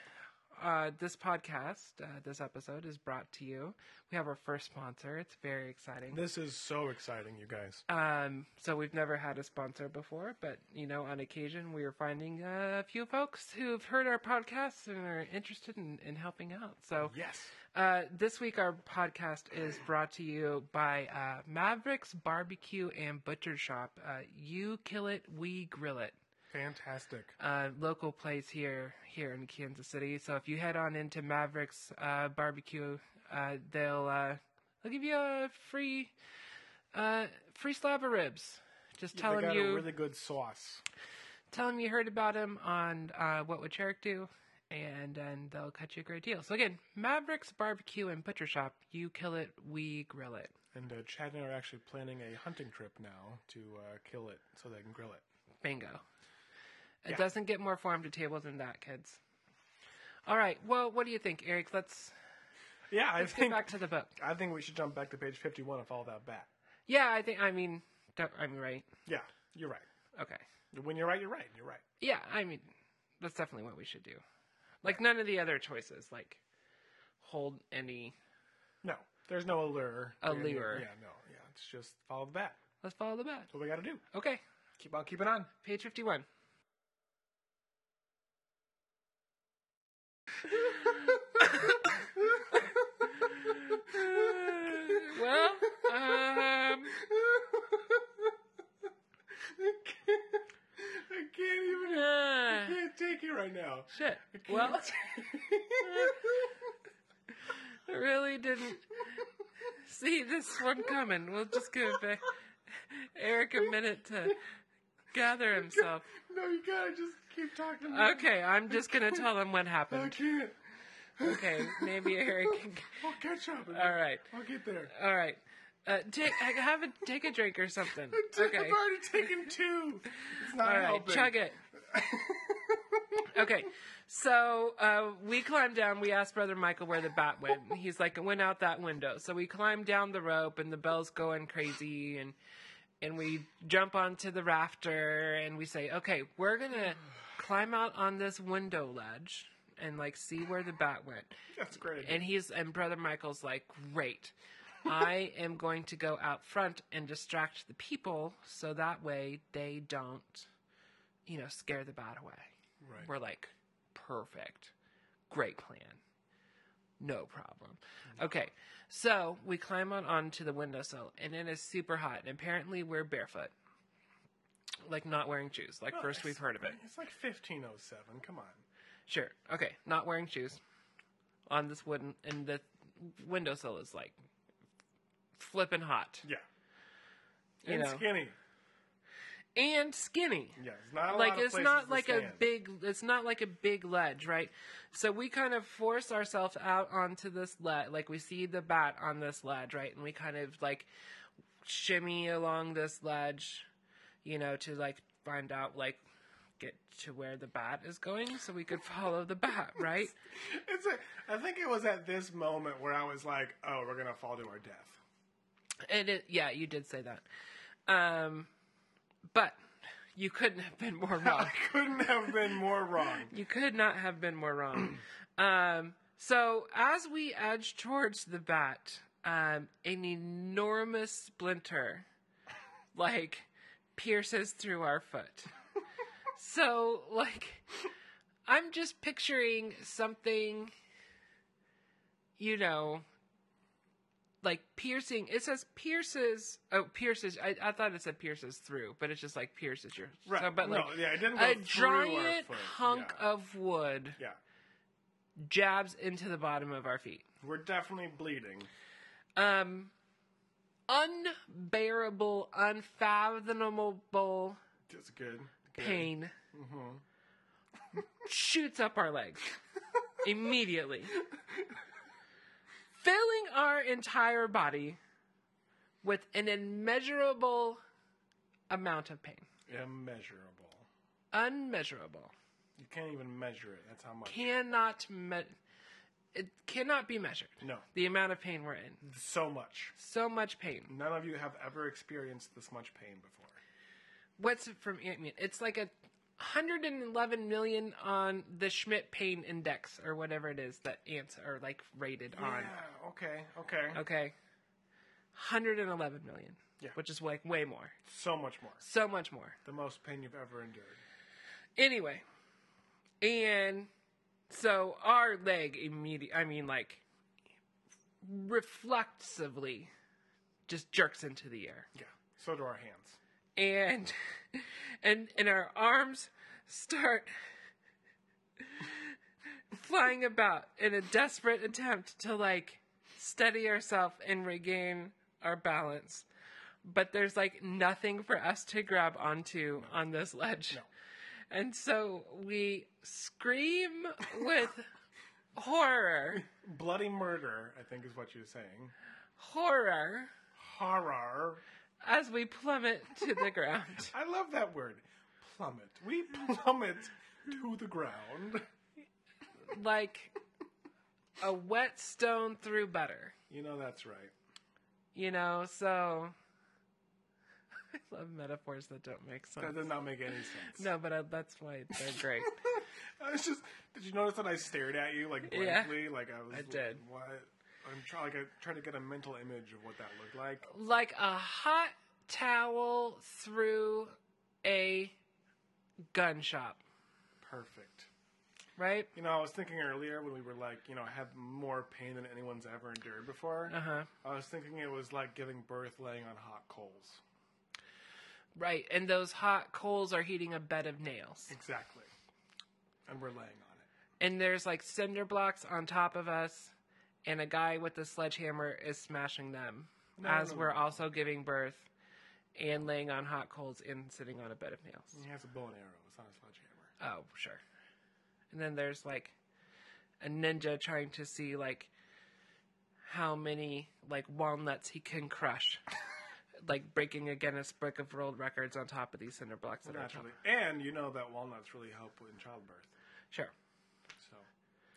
[SPEAKER 2] uh, this podcast, uh, this episode is brought to you. We have our first sponsor. It's very exciting.
[SPEAKER 3] This is so exciting, you guys.
[SPEAKER 2] Um, so we've never had a sponsor before, but you know, on occasion we are finding uh, a few folks who've heard our podcasts and are interested in, in helping out. So
[SPEAKER 3] Yes.
[SPEAKER 2] uh, this week our podcast is brought to you by uh, Mavericks Barbecue and Butcher Shop. Uh, you kill it, we grill it
[SPEAKER 3] Fantastic.
[SPEAKER 2] uh, local place here here in Kansas City. So if you head on into Mavericks uh, Barbecue, uh, they'll uh, they'll give you a free uh, free slab of ribs. Just tell
[SPEAKER 3] they
[SPEAKER 2] them
[SPEAKER 3] got
[SPEAKER 2] you
[SPEAKER 3] a really good sauce.
[SPEAKER 2] tell them you heard about him on uh, What Would Cherrick Do, and then they'll cut you a great deal. So again, Mavericks Barbecue and Butcher Shop. You kill it, we grill it.
[SPEAKER 3] And uh, Chad and I are actually planning a hunting trip now to uh, kill it so they can grill it.
[SPEAKER 2] Bingo. It
[SPEAKER 3] Yeah.
[SPEAKER 2] doesn't get more farm to table than that, kids. All right. Well, what do you think, Eric? Let's
[SPEAKER 3] Yeah, I
[SPEAKER 2] let's get
[SPEAKER 3] think
[SPEAKER 2] back to the book.
[SPEAKER 3] I think we should jump back to page fifty-one and follow that back.
[SPEAKER 2] Yeah, I think. I mean, don't, I'm right.
[SPEAKER 3] Yeah, you're right.
[SPEAKER 2] Okay.
[SPEAKER 3] When you're right, you're right. You're right.
[SPEAKER 2] Yeah, I mean, that's definitely what we should do. Like none of the other choices, like hold any.
[SPEAKER 3] No, there's no allure. to any-
[SPEAKER 2] Allure.
[SPEAKER 3] Yeah, no, yeah. It's just follow the bat.
[SPEAKER 2] Let's follow the bat.
[SPEAKER 3] That's what we got to do.
[SPEAKER 2] Okay,
[SPEAKER 3] Keep on keeping on.
[SPEAKER 2] page fifty-one. Well, um,
[SPEAKER 3] I can't, I can't even. I
[SPEAKER 2] uh,
[SPEAKER 3] can't take it right now.
[SPEAKER 2] shit.
[SPEAKER 3] I can't
[SPEAKER 2] Well,
[SPEAKER 3] take-
[SPEAKER 2] I really didn't see this one coming. We'll just give uh, Eric a minute to gather himself.
[SPEAKER 3] no, you gotta just keep talking. to me.
[SPEAKER 2] Okay, I'm just gonna tell him what
[SPEAKER 3] I
[SPEAKER 2] happened.
[SPEAKER 3] can't.
[SPEAKER 2] Okay, maybe Eric. Can...
[SPEAKER 3] I'll catch up.
[SPEAKER 2] All right,
[SPEAKER 3] I'll get there.
[SPEAKER 2] all right. Uh, take have a take a drink or something.
[SPEAKER 3] I've
[SPEAKER 2] Okay,
[SPEAKER 3] already taken two. It's not
[SPEAKER 2] all right.
[SPEAKER 3] helping.
[SPEAKER 2] Chug it. Okay, so uh, we climbed down. We asked Brother Michael where the bat went. and He's like, it went out that window. So we climbed down the rope, and the bell's going crazy, and and we jump onto the rafter, and we say, okay, we're gonna climb out on this window ledge and like see where the bat went.
[SPEAKER 3] That's great.
[SPEAKER 2] And he's and brother Michael's like, great. I am going to go out front and distract the people so that way they don't, you know, scare the bat away.
[SPEAKER 3] Right.
[SPEAKER 2] We're like, perfect. Great plan. No problem. Okay, so we climb on onto the windowsill, and it is super hot, and apparently we're barefoot. Like, not wearing shoes, like
[SPEAKER 3] Well,
[SPEAKER 2] first
[SPEAKER 3] it's-
[SPEAKER 2] we've heard of it.
[SPEAKER 3] It's like 1507. Come on.
[SPEAKER 2] Sure. Okay. Not wearing shoes on this wooden and the windowsill is like flipping hot.
[SPEAKER 3] Yeah.
[SPEAKER 2] You
[SPEAKER 3] and
[SPEAKER 2] know.
[SPEAKER 3] skinny.
[SPEAKER 2] And skinny.
[SPEAKER 3] Yeah. It's not a lot
[SPEAKER 2] Like
[SPEAKER 3] of
[SPEAKER 2] it's
[SPEAKER 3] places
[SPEAKER 2] not
[SPEAKER 3] to
[SPEAKER 2] like a
[SPEAKER 3] stand.
[SPEAKER 2] big it's not like a big ledge, right? So we kind of force ourselves out onto this ledge. Like we see the bat on this ledge, right? And we kind of like shimmy along this ledge, you know, to like find out like get to where the bat is going so we could follow the bat, right?
[SPEAKER 3] It's a, I think it was at this moment where I was like, oh, we're going to fall to our death.
[SPEAKER 2] And it, yeah, you did say that. Um, but you couldn't have been more wrong.
[SPEAKER 3] I couldn't have been more wrong.
[SPEAKER 2] you could not have been more wrong. um, so as we edge towards the bat, um, an enormous splinter, like, pierces through our foot. so, like, I'm just picturing something, you know, like piercing. It says pierces. Oh, pierces. I, I thought it said pierces through, but it's just like pierces your.
[SPEAKER 3] Right.
[SPEAKER 2] So, but like
[SPEAKER 3] no, yeah, it didn't go
[SPEAKER 2] a
[SPEAKER 3] through our
[SPEAKER 2] giant
[SPEAKER 3] foot.
[SPEAKER 2] hunk
[SPEAKER 3] yeah.
[SPEAKER 2] of wood
[SPEAKER 3] Yeah.
[SPEAKER 2] jabs into the bottom of our feet.
[SPEAKER 3] We're definitely bleeding.
[SPEAKER 2] Um, unbearable, unfathomable
[SPEAKER 3] It's good. good.
[SPEAKER 2] pain shoots up our legs immediately, filling our entire body with an immeasurable amount of pain.
[SPEAKER 3] Immeasurable.
[SPEAKER 2] Unmeasurable.
[SPEAKER 3] You can't even measure it. That's how much.
[SPEAKER 2] Cannot me- it cannot be measured.
[SPEAKER 3] No.
[SPEAKER 2] The amount of pain we're in.
[SPEAKER 3] So much.
[SPEAKER 2] So much pain.
[SPEAKER 3] None of you have ever experienced this much pain before.
[SPEAKER 2] What's it from Ant Man? It's like a 111 million on the Schmidt Pain Index or whatever it is that ants are like rated
[SPEAKER 3] Yeah, okay, okay.
[SPEAKER 2] on. Okay. 111 million.
[SPEAKER 3] Yeah.
[SPEAKER 2] Which is like way more.
[SPEAKER 3] So much more.
[SPEAKER 2] So much more.
[SPEAKER 3] The most pain you've ever endured.
[SPEAKER 2] Anyway. And so our leg immediate I mean like reflexively just jerks into the air.
[SPEAKER 3] Yeah. So do our hands.
[SPEAKER 2] and and and our arms start flying about in a desperate attempt to like steady ourselves and regain our balance but there's like nothing for us to grab onto on this ledge
[SPEAKER 3] No.
[SPEAKER 2] and so we scream with horror
[SPEAKER 3] Bloody murder, I think is what you're saying.
[SPEAKER 2] horror
[SPEAKER 3] Horror.
[SPEAKER 2] as we plummet to the ground
[SPEAKER 3] I love that word. Plummet. We plummet to the ground.
[SPEAKER 2] like a whetstone through butter,
[SPEAKER 3] You know that's right.
[SPEAKER 2] you know? So I love metaphors that don't make
[SPEAKER 3] That
[SPEAKER 2] sense.
[SPEAKER 3] does not make any sense.
[SPEAKER 2] No, but I, that's why they're great.
[SPEAKER 3] I was just. Did you notice that I stared at you like
[SPEAKER 2] Yeah.
[SPEAKER 3] blankly? Like I was.
[SPEAKER 2] I
[SPEAKER 3] like,
[SPEAKER 2] did.
[SPEAKER 3] What? I'm trying. Like, I trying to get a mental image of what that looked like.
[SPEAKER 2] like a hot towel through a gun shop,
[SPEAKER 3] Perfect.
[SPEAKER 2] right?
[SPEAKER 3] You know, I was thinking earlier when we were like, you know, have more pain than anyone's ever endured before.
[SPEAKER 2] Uh huh.
[SPEAKER 3] I was thinking it was like giving birth, laying on hot coals.
[SPEAKER 2] Right. And those hot coals are heating a bed of nails.
[SPEAKER 3] Exactly. And we're laying on it.
[SPEAKER 2] And there's like cinder blocks on top of us, and a guy with a sledgehammer is smashing them
[SPEAKER 3] No,
[SPEAKER 2] as
[SPEAKER 3] no,
[SPEAKER 2] we're
[SPEAKER 3] no.
[SPEAKER 2] also giving birth and laying on hot coals and sitting on a bed of nails.
[SPEAKER 3] He has a bow and arrow. It's not a sledgehammer.
[SPEAKER 2] Oh, sure. And then there's like a ninja trying to see like how many like walnuts he can crush. like breaking a Guinness Book of World Records on top of these cinder blocks that are on top.
[SPEAKER 3] Naturally. And you know that walnuts really help in childbirth.
[SPEAKER 2] Sure.
[SPEAKER 3] So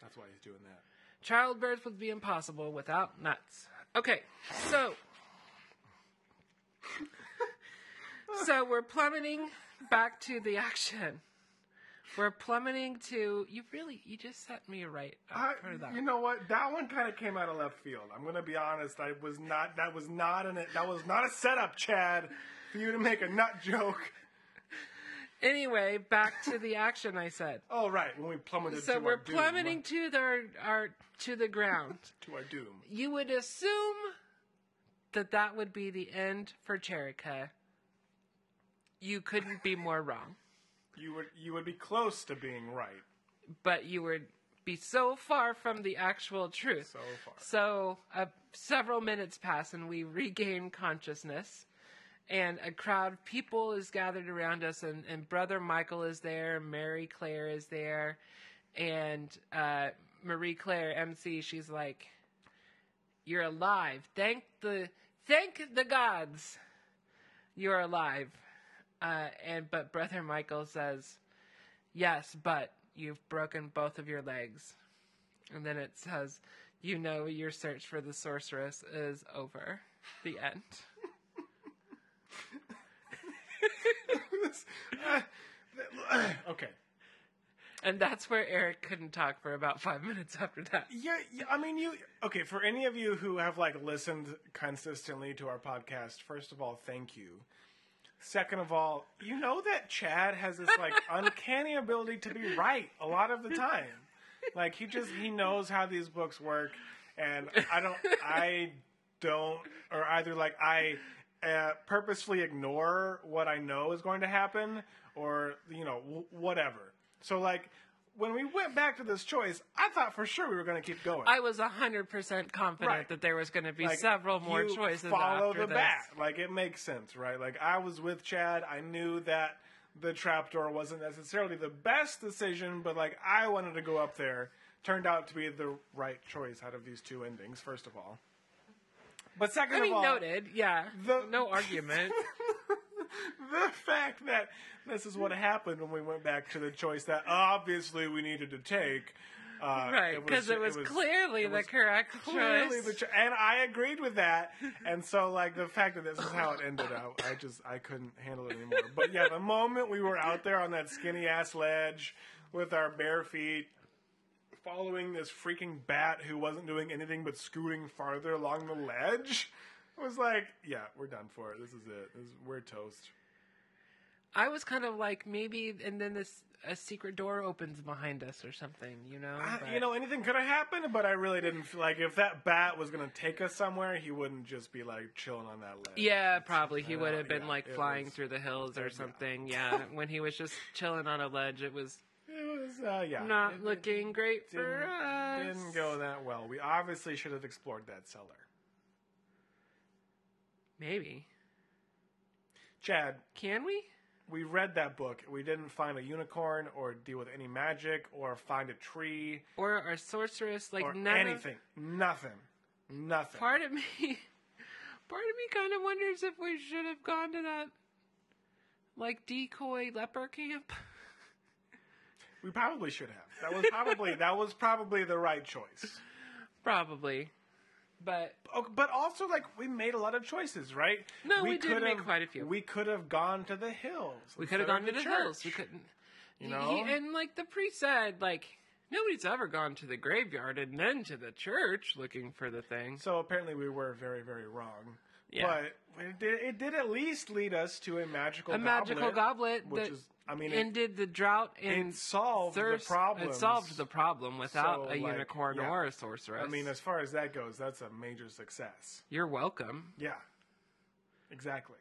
[SPEAKER 3] that's why he's doing that.
[SPEAKER 2] Childbirth would be impossible without nuts. Okay, so. so we're plummeting back to the action We're plummeting to you. Really, you just set me right up
[SPEAKER 3] I,
[SPEAKER 2] for that.
[SPEAKER 3] you know what? That one kind of came out of left field. I'm gonna be honest. I was not. That was not an. That was not a setup, Chad, for you to make a nut joke.
[SPEAKER 2] anyway, back to the action. I said.
[SPEAKER 3] Oh right, when we plummeted. to
[SPEAKER 2] So
[SPEAKER 3] our
[SPEAKER 2] we're
[SPEAKER 3] doom,
[SPEAKER 2] plummeting to the our, our to the ground.
[SPEAKER 3] to our doom.
[SPEAKER 2] you would assume that that would be the end for Cherica. You couldn't be more wrong,
[SPEAKER 3] You would you would be close to being right
[SPEAKER 2] but you would be so far from the actual truth.
[SPEAKER 3] so far.
[SPEAKER 2] So, uh, several minutes pass and we regain consciousness. And a crowd of people is gathered around us, and, and Brother Michael is there, Mary Claire is there, and uh, Marie Claire, MC, she's like, You're alive. Thank the thank the gods you're alive. Uh, and but Brother Michael says, Yes, but you've broken both of your legs. And then it says, You know, your search for the sorceress is over. The end.
[SPEAKER 3] okay.
[SPEAKER 2] And that's where Eric couldn't talk for about five minutes after that.
[SPEAKER 3] Yeah, yeah, I mean, you okay? For any of you who have like listened consistently to our podcast, first of all, thank you. Second of all, you know that Chad has this like uncanny ability to be right a lot of the time. Like he just he knows how these books work, and I don't, I don't, or either like I uh, purposefully ignore what I know is going to happen, or you know w- whatever. So like. When we went back to this choice, I thought for sure we were going to keep going
[SPEAKER 2] I was 100% confident
[SPEAKER 3] Right.
[SPEAKER 2] that there was going to be
[SPEAKER 3] like,
[SPEAKER 2] several more
[SPEAKER 3] you
[SPEAKER 2] choices
[SPEAKER 3] Follow
[SPEAKER 2] after
[SPEAKER 3] the
[SPEAKER 2] this.
[SPEAKER 3] bat. Like it makes sense, right? Like I was with Chad. I knew that the trapdoor wasn't necessarily the best decision, but like I wanted to go up there. Turned out to be the right choice out of these two endings. First of all, but second
[SPEAKER 2] I mean,
[SPEAKER 3] of all,
[SPEAKER 2] noted, yeah.
[SPEAKER 3] the-
[SPEAKER 2] no argument.
[SPEAKER 3] the fact that this is what happened when we went back to the choice that obviously we needed to take. Uh,
[SPEAKER 2] right, because it, was clearly
[SPEAKER 3] it
[SPEAKER 2] the
[SPEAKER 3] was
[SPEAKER 2] correct
[SPEAKER 3] clearly
[SPEAKER 2] choice.
[SPEAKER 3] the tr- and I agreed with that. And so, like the fact that this is how it ended, I, I just I couldn't handle it anymore. But yeah, the moment we were out there on that skinny ass ledge with our bare feet, following this freaking bat who wasn't doing anything but scooting farther along the ledge, I was like, yeah, we're done for. This is it. This, we're toast.
[SPEAKER 2] I was kind of like, maybe, and then this a secret door opens behind us or something, you know?
[SPEAKER 3] I-
[SPEAKER 2] But-
[SPEAKER 3] you know, anything could have happened, but I really didn't feel like if that bat was going to take us somewhere, he wouldn't just be like chilling on that ledge.
[SPEAKER 2] Yeah,
[SPEAKER 3] It's-
[SPEAKER 2] probably. He
[SPEAKER 3] I
[SPEAKER 2] would
[SPEAKER 3] know,
[SPEAKER 2] have been
[SPEAKER 3] yeah,
[SPEAKER 2] like
[SPEAKER 3] it
[SPEAKER 2] flying
[SPEAKER 3] was-
[SPEAKER 2] through the hills or
[SPEAKER 3] yeah.
[SPEAKER 2] something. Yeah, when he was just chilling on a ledge, it was
[SPEAKER 3] It was, uh, yeah.
[SPEAKER 2] not
[SPEAKER 3] It- it
[SPEAKER 2] looking great for us.
[SPEAKER 3] didn't, didn't go that well. We obviously should have explored that cellar.
[SPEAKER 2] Maybe.
[SPEAKER 3] Chad,
[SPEAKER 2] Can we?
[SPEAKER 3] we read that book. We didn't find a unicorn or deal with any magic or find a tree
[SPEAKER 2] Or our sorceress? Like
[SPEAKER 3] or
[SPEAKER 2] none of-
[SPEAKER 3] anything. Nothing. Nothing.
[SPEAKER 2] part of me, part of me kind of wonders if we should have gone to that like decoy leper camp.
[SPEAKER 3] we probably should have. That was probably that was probably the right choice.
[SPEAKER 2] Probably, but
[SPEAKER 3] Oh, But also, like we made a lot of choices, right?
[SPEAKER 2] No, we did
[SPEAKER 3] could
[SPEAKER 2] make
[SPEAKER 3] have-
[SPEAKER 2] quite a few.
[SPEAKER 3] We could have gone to the hills.
[SPEAKER 2] we could have gone to the hills. We couldn't.
[SPEAKER 3] You
[SPEAKER 2] He-
[SPEAKER 3] know?
[SPEAKER 2] he, and like the priest said, like nobody's ever gone to the graveyard and then to the church looking for the thing.
[SPEAKER 3] So apparently, we were very, very wrong.
[SPEAKER 2] Yeah,
[SPEAKER 3] But it did, it did at least lead us to a magical
[SPEAKER 2] a magical goblet
[SPEAKER 3] which
[SPEAKER 2] that
[SPEAKER 3] is I mean, it,
[SPEAKER 2] ended the drought and
[SPEAKER 3] it solved
[SPEAKER 2] thirst.
[SPEAKER 3] the problem.
[SPEAKER 2] It solved the problem without
[SPEAKER 3] So,
[SPEAKER 2] a
[SPEAKER 3] like,
[SPEAKER 2] unicorn
[SPEAKER 3] yeah.
[SPEAKER 2] or a sorceress.
[SPEAKER 3] I mean, as far as that goes, that's a major success.
[SPEAKER 2] you're welcome.
[SPEAKER 3] Yeah, exactly.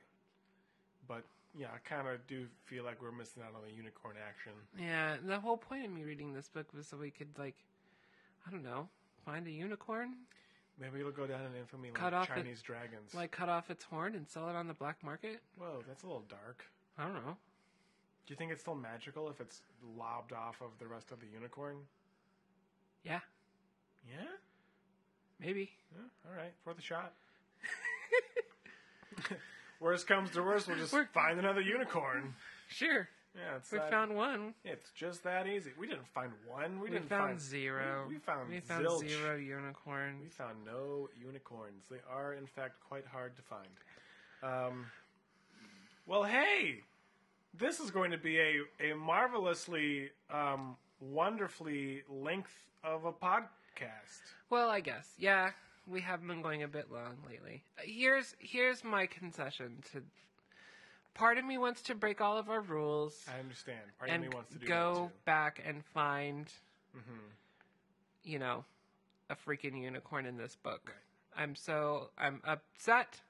[SPEAKER 3] But yeah, I kind of do feel like we're missing out on the unicorn action.
[SPEAKER 2] Yeah, the whole point of me reading this book was so we could like, I don't know, find a unicorn,
[SPEAKER 3] Maybe it'll go down in infamy like
[SPEAKER 2] Cut off it-
[SPEAKER 3] Chinese dragons.
[SPEAKER 2] like cut off its horn and sell it on the black market.
[SPEAKER 3] whoa, that's a little dark.
[SPEAKER 2] I don't know.
[SPEAKER 3] Do you think it's still magical if it's lobbed off of the rest of the unicorn?
[SPEAKER 2] Yeah,
[SPEAKER 3] Yeah.
[SPEAKER 2] maybe.
[SPEAKER 3] Yeah, all right, worth a shot. worst comes to worst, we'll just
[SPEAKER 2] We're-
[SPEAKER 3] find another unicorn.
[SPEAKER 2] Sure,
[SPEAKER 3] Yeah, it's
[SPEAKER 2] we
[SPEAKER 3] that,
[SPEAKER 2] found one.
[SPEAKER 3] It's just that easy. We didn't find one. We,
[SPEAKER 2] We,
[SPEAKER 3] didn't
[SPEAKER 2] found
[SPEAKER 3] find
[SPEAKER 2] zero.
[SPEAKER 3] We, we found
[SPEAKER 2] we found
[SPEAKER 3] zilch.
[SPEAKER 2] zero unicorns.
[SPEAKER 3] We found no unicorns. They are in fact quite hard to find. Um, well, hey, this is going to be a a marvelously um, wonderfully length of a podcast.
[SPEAKER 2] Well, I guess. Yeah, we have been going a bit long lately. Here's here's my concession to part of me wants to break all of our rules
[SPEAKER 3] I understand. Part of
[SPEAKER 2] and
[SPEAKER 3] me wants to do
[SPEAKER 2] go
[SPEAKER 3] that
[SPEAKER 2] back and find
[SPEAKER 3] too. Mhm.
[SPEAKER 2] you know, a freaking unicorn in this book. I'm so I'm upset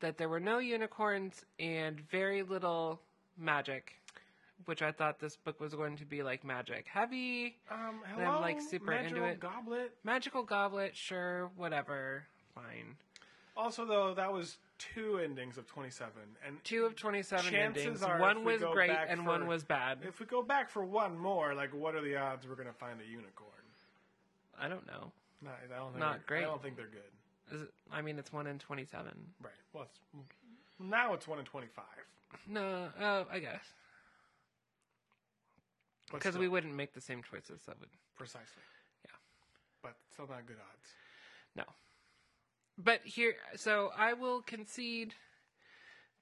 [SPEAKER 2] that there were no unicorns and very little magic, which I thought this book was going to be like magic heavy,
[SPEAKER 3] Um,
[SPEAKER 2] I'm,
[SPEAKER 3] hello,
[SPEAKER 2] like, super into
[SPEAKER 3] magical
[SPEAKER 2] it.
[SPEAKER 3] Goblet.
[SPEAKER 2] magical goblet, sure, whatever, fine.
[SPEAKER 3] Also, though, that was two endings of twenty-seven, and
[SPEAKER 2] Two of twenty-seven
[SPEAKER 3] Chances
[SPEAKER 2] endings.
[SPEAKER 3] are if
[SPEAKER 2] one
[SPEAKER 3] we
[SPEAKER 2] was
[SPEAKER 3] go
[SPEAKER 2] great
[SPEAKER 3] back
[SPEAKER 2] and
[SPEAKER 3] for-
[SPEAKER 2] one was bad.
[SPEAKER 3] if we go back for one more, like, what are the odds we're going to find a unicorn?
[SPEAKER 2] I don't know.
[SPEAKER 3] Not, I don't think
[SPEAKER 2] Not
[SPEAKER 3] they're-
[SPEAKER 2] great.
[SPEAKER 3] I don't think they're good.
[SPEAKER 2] Is it, I mean, it's one in twenty-seven.
[SPEAKER 3] Right. Well, it's, now it's one in twenty-five.
[SPEAKER 2] No, oh, I guess
[SPEAKER 3] but
[SPEAKER 2] because
[SPEAKER 3] still,
[SPEAKER 2] we wouldn't make the same choices. That would
[SPEAKER 3] precisely.
[SPEAKER 2] Yeah.
[SPEAKER 3] But still not good odds.
[SPEAKER 2] No. But here, so I will concede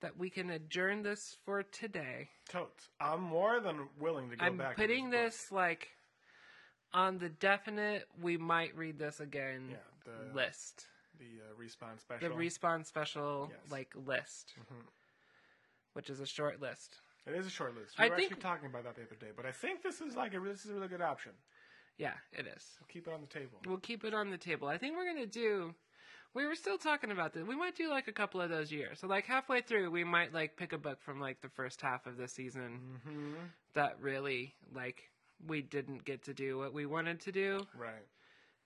[SPEAKER 2] that we can adjourn this for today.
[SPEAKER 3] Totes. I'm more than willing to go
[SPEAKER 2] I'm
[SPEAKER 3] back. to
[SPEAKER 2] putting
[SPEAKER 3] this.
[SPEAKER 2] this like on the definite. We might read this again.
[SPEAKER 3] book. Yeah. The
[SPEAKER 2] list
[SPEAKER 3] the uh, respawn special.
[SPEAKER 2] the respawn special
[SPEAKER 3] Yes. Mm-hmm.
[SPEAKER 2] like list, which is a short list.
[SPEAKER 3] it is a short list.
[SPEAKER 2] I
[SPEAKER 3] We were
[SPEAKER 2] think-
[SPEAKER 3] actually talking about that the other day, but I think this is like a, this is a really good option.
[SPEAKER 2] Yeah, it is.
[SPEAKER 3] We'll keep it on the table.
[SPEAKER 2] We'll keep it on the table. I think we're gonna do. We were still talking about this. We might do like a couple of those years. So like halfway through, we might like pick a book from like the first half of the season.
[SPEAKER 3] Mm-hmm.
[SPEAKER 2] that really like we didn't get to do what we wanted to do
[SPEAKER 3] Right.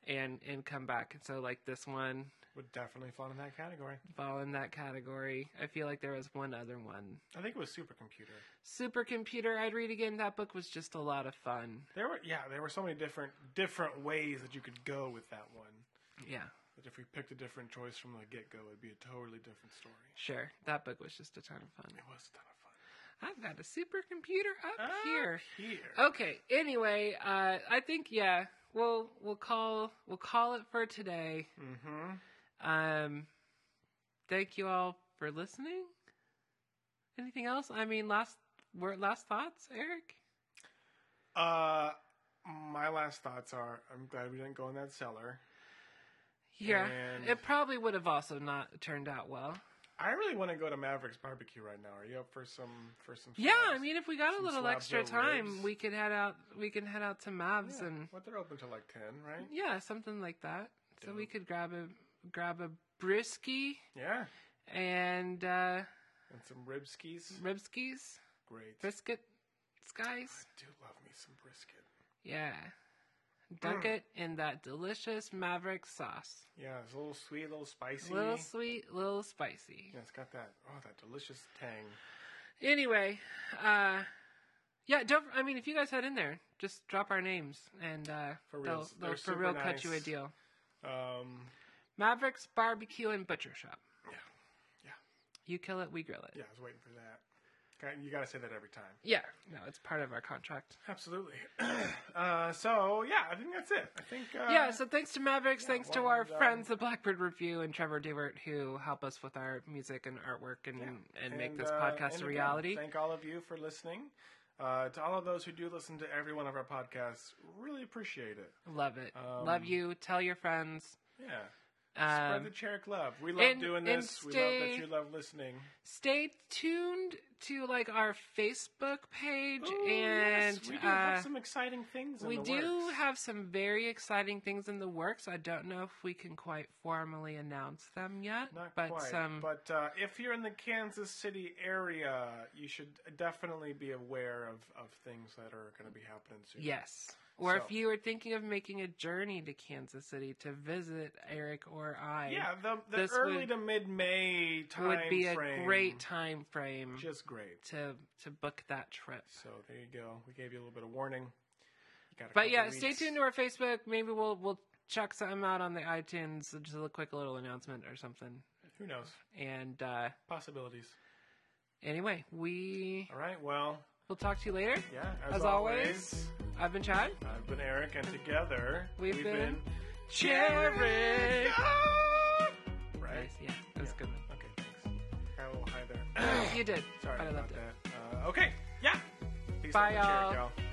[SPEAKER 2] and and come back and so like this one
[SPEAKER 3] Would definitely fall in that category.
[SPEAKER 2] fall in that category i feel like there was one other one
[SPEAKER 3] I think it was supercomputer.
[SPEAKER 2] supercomputer i'd read again that book was just a lot of fun
[SPEAKER 3] There were yeah, there were so many different different ways that you could go with that one.
[SPEAKER 2] yeah
[SPEAKER 3] That if we picked a different choice from the get go, it'd be a totally different story.
[SPEAKER 2] sure that book was just a ton of fun
[SPEAKER 3] It was a ton of fun.
[SPEAKER 2] i've got a supercomputer up Uh, here
[SPEAKER 3] Here.
[SPEAKER 2] okay anyway uh i think yeah we'll we'll call we'll call it for today
[SPEAKER 3] Mm-hmm.
[SPEAKER 2] Um, thank you all for listening. Anything else? I mean, last word, last thoughts, Eric.
[SPEAKER 3] Uh, my last thoughts are: I'm glad we didn't go in that cellar.
[SPEAKER 2] Yeah,
[SPEAKER 3] And-
[SPEAKER 2] it probably would have also not turned out well.
[SPEAKER 3] I really want to go to Mavericks Barbecue right now. Are you up for some for some?
[SPEAKER 2] Yeah, I
[SPEAKER 3] slabs?
[SPEAKER 2] mean, if we got a
[SPEAKER 3] Some
[SPEAKER 2] little
[SPEAKER 3] slabs
[SPEAKER 2] extra
[SPEAKER 3] of
[SPEAKER 2] time,
[SPEAKER 3] ribs.
[SPEAKER 2] we could head out. We can head out to Mavs
[SPEAKER 3] yeah.
[SPEAKER 2] and
[SPEAKER 3] what they're open till like ten, right?
[SPEAKER 2] yeah, something like that. So we
[SPEAKER 3] Dope.
[SPEAKER 2] could grab a grab a brisky
[SPEAKER 3] Yeah,
[SPEAKER 2] and uh,
[SPEAKER 3] and some rib skis.
[SPEAKER 2] ribskies,
[SPEAKER 3] Great.
[SPEAKER 2] brisket skies.
[SPEAKER 3] I do love me some brisket.
[SPEAKER 2] Yeah, dunk
[SPEAKER 3] Mm.
[SPEAKER 2] it in that delicious Maverick sauce.
[SPEAKER 3] Yeah, it's a little sweet, a little spicy.
[SPEAKER 2] little sweet, little spicy.
[SPEAKER 3] Yeah, it's got that oh that delicious tang.
[SPEAKER 2] Anyway, uh, yeah, don't. I mean, if you guys head in there, just drop our names and uh,
[SPEAKER 3] For
[SPEAKER 2] they'll,
[SPEAKER 3] reals.
[SPEAKER 2] they'll
[SPEAKER 3] They're
[SPEAKER 2] for
[SPEAKER 3] super
[SPEAKER 2] real cut
[SPEAKER 3] nice.
[SPEAKER 2] you a deal.
[SPEAKER 3] Um,
[SPEAKER 2] Mavericks Barbecue and Butcher Shop.
[SPEAKER 3] Yeah. Yeah.
[SPEAKER 2] You kill it, we grill it.
[SPEAKER 3] yeah, I was waiting for that. Got- You got to say that every time.
[SPEAKER 2] Yeah, no, it's part of our contract.
[SPEAKER 3] Absolutely. uh, so yeah, I think that's it. I think uh,
[SPEAKER 2] yeah, so thanks to Mavericks,
[SPEAKER 3] yeah,
[SPEAKER 2] thanks to
[SPEAKER 3] well
[SPEAKER 2] our
[SPEAKER 3] done.
[SPEAKER 2] friends, the Blackbird Review and Trevor Dewart, who help us with our music and artwork and,
[SPEAKER 3] Yeah.
[SPEAKER 2] and, make this
[SPEAKER 3] uh, and
[SPEAKER 2] podcast a
[SPEAKER 3] again,
[SPEAKER 2] reality.
[SPEAKER 3] thank all of you for listening. Uh, to all of those who do listen to every one of our podcasts, really appreciate it.
[SPEAKER 2] Love it.
[SPEAKER 3] Um,
[SPEAKER 2] Love you. Tell your friends.
[SPEAKER 3] Yeah.
[SPEAKER 2] Um,
[SPEAKER 3] Spread the Cheric love. We love
[SPEAKER 2] and-
[SPEAKER 3] doing
[SPEAKER 2] and
[SPEAKER 3] this. we
[SPEAKER 2] stay-
[SPEAKER 3] love that you love listening.
[SPEAKER 2] stay tuned to like our Facebook page,
[SPEAKER 3] Ooh,
[SPEAKER 2] and
[SPEAKER 3] Oh, yes, we do
[SPEAKER 2] uh,
[SPEAKER 3] have some exciting things. In
[SPEAKER 2] we
[SPEAKER 3] the
[SPEAKER 2] do
[SPEAKER 3] works.
[SPEAKER 2] have some very exciting things in the works. I don't know if we can quite formally announce them yet,
[SPEAKER 3] Not
[SPEAKER 2] but um,
[SPEAKER 3] quite,
[SPEAKER 2] some
[SPEAKER 3] but uh, if you're in the Kansas City area, you should definitely be aware of, of things that are going to be happening soon.
[SPEAKER 2] yes. Or
[SPEAKER 3] So-
[SPEAKER 2] if you were thinking of making a journey to Kansas City to visit Eric or I,
[SPEAKER 3] yeah. The, the
[SPEAKER 2] This
[SPEAKER 3] early
[SPEAKER 2] would-
[SPEAKER 3] to mid May time
[SPEAKER 2] would be a
[SPEAKER 3] frame,
[SPEAKER 2] great time frame
[SPEAKER 3] just great.
[SPEAKER 2] to to book that trip.
[SPEAKER 3] So there you go. We gave you a little bit of warning. You got a
[SPEAKER 2] But
[SPEAKER 3] couple
[SPEAKER 2] yeah, stay
[SPEAKER 3] weeks.
[SPEAKER 2] tuned to our Facebook. Maybe we'll we'll check something out on the iTunes, just a quick little announcement or something.
[SPEAKER 3] Who knows?
[SPEAKER 2] And uh,
[SPEAKER 3] Possibilities.
[SPEAKER 2] anyway, we
[SPEAKER 3] All right. Well,
[SPEAKER 2] will talk to you later.
[SPEAKER 3] yeah. As,
[SPEAKER 2] As always, I've been Chad.
[SPEAKER 3] always, I've been Eric, and together
[SPEAKER 2] We've been
[SPEAKER 3] Cheric. Right.
[SPEAKER 2] Ah! Nice, yeah, that was a
[SPEAKER 3] Yeah. Okay. Thanks. Got a little high there. Uh,
[SPEAKER 2] good. one. you did.
[SPEAKER 3] Sorry
[SPEAKER 2] but I
[SPEAKER 3] about
[SPEAKER 2] loved it.
[SPEAKER 3] that. Uh, Okay. Yeah. Peace
[SPEAKER 2] Bye,
[SPEAKER 3] out the chair,
[SPEAKER 2] y'all.
[SPEAKER 3] y'all.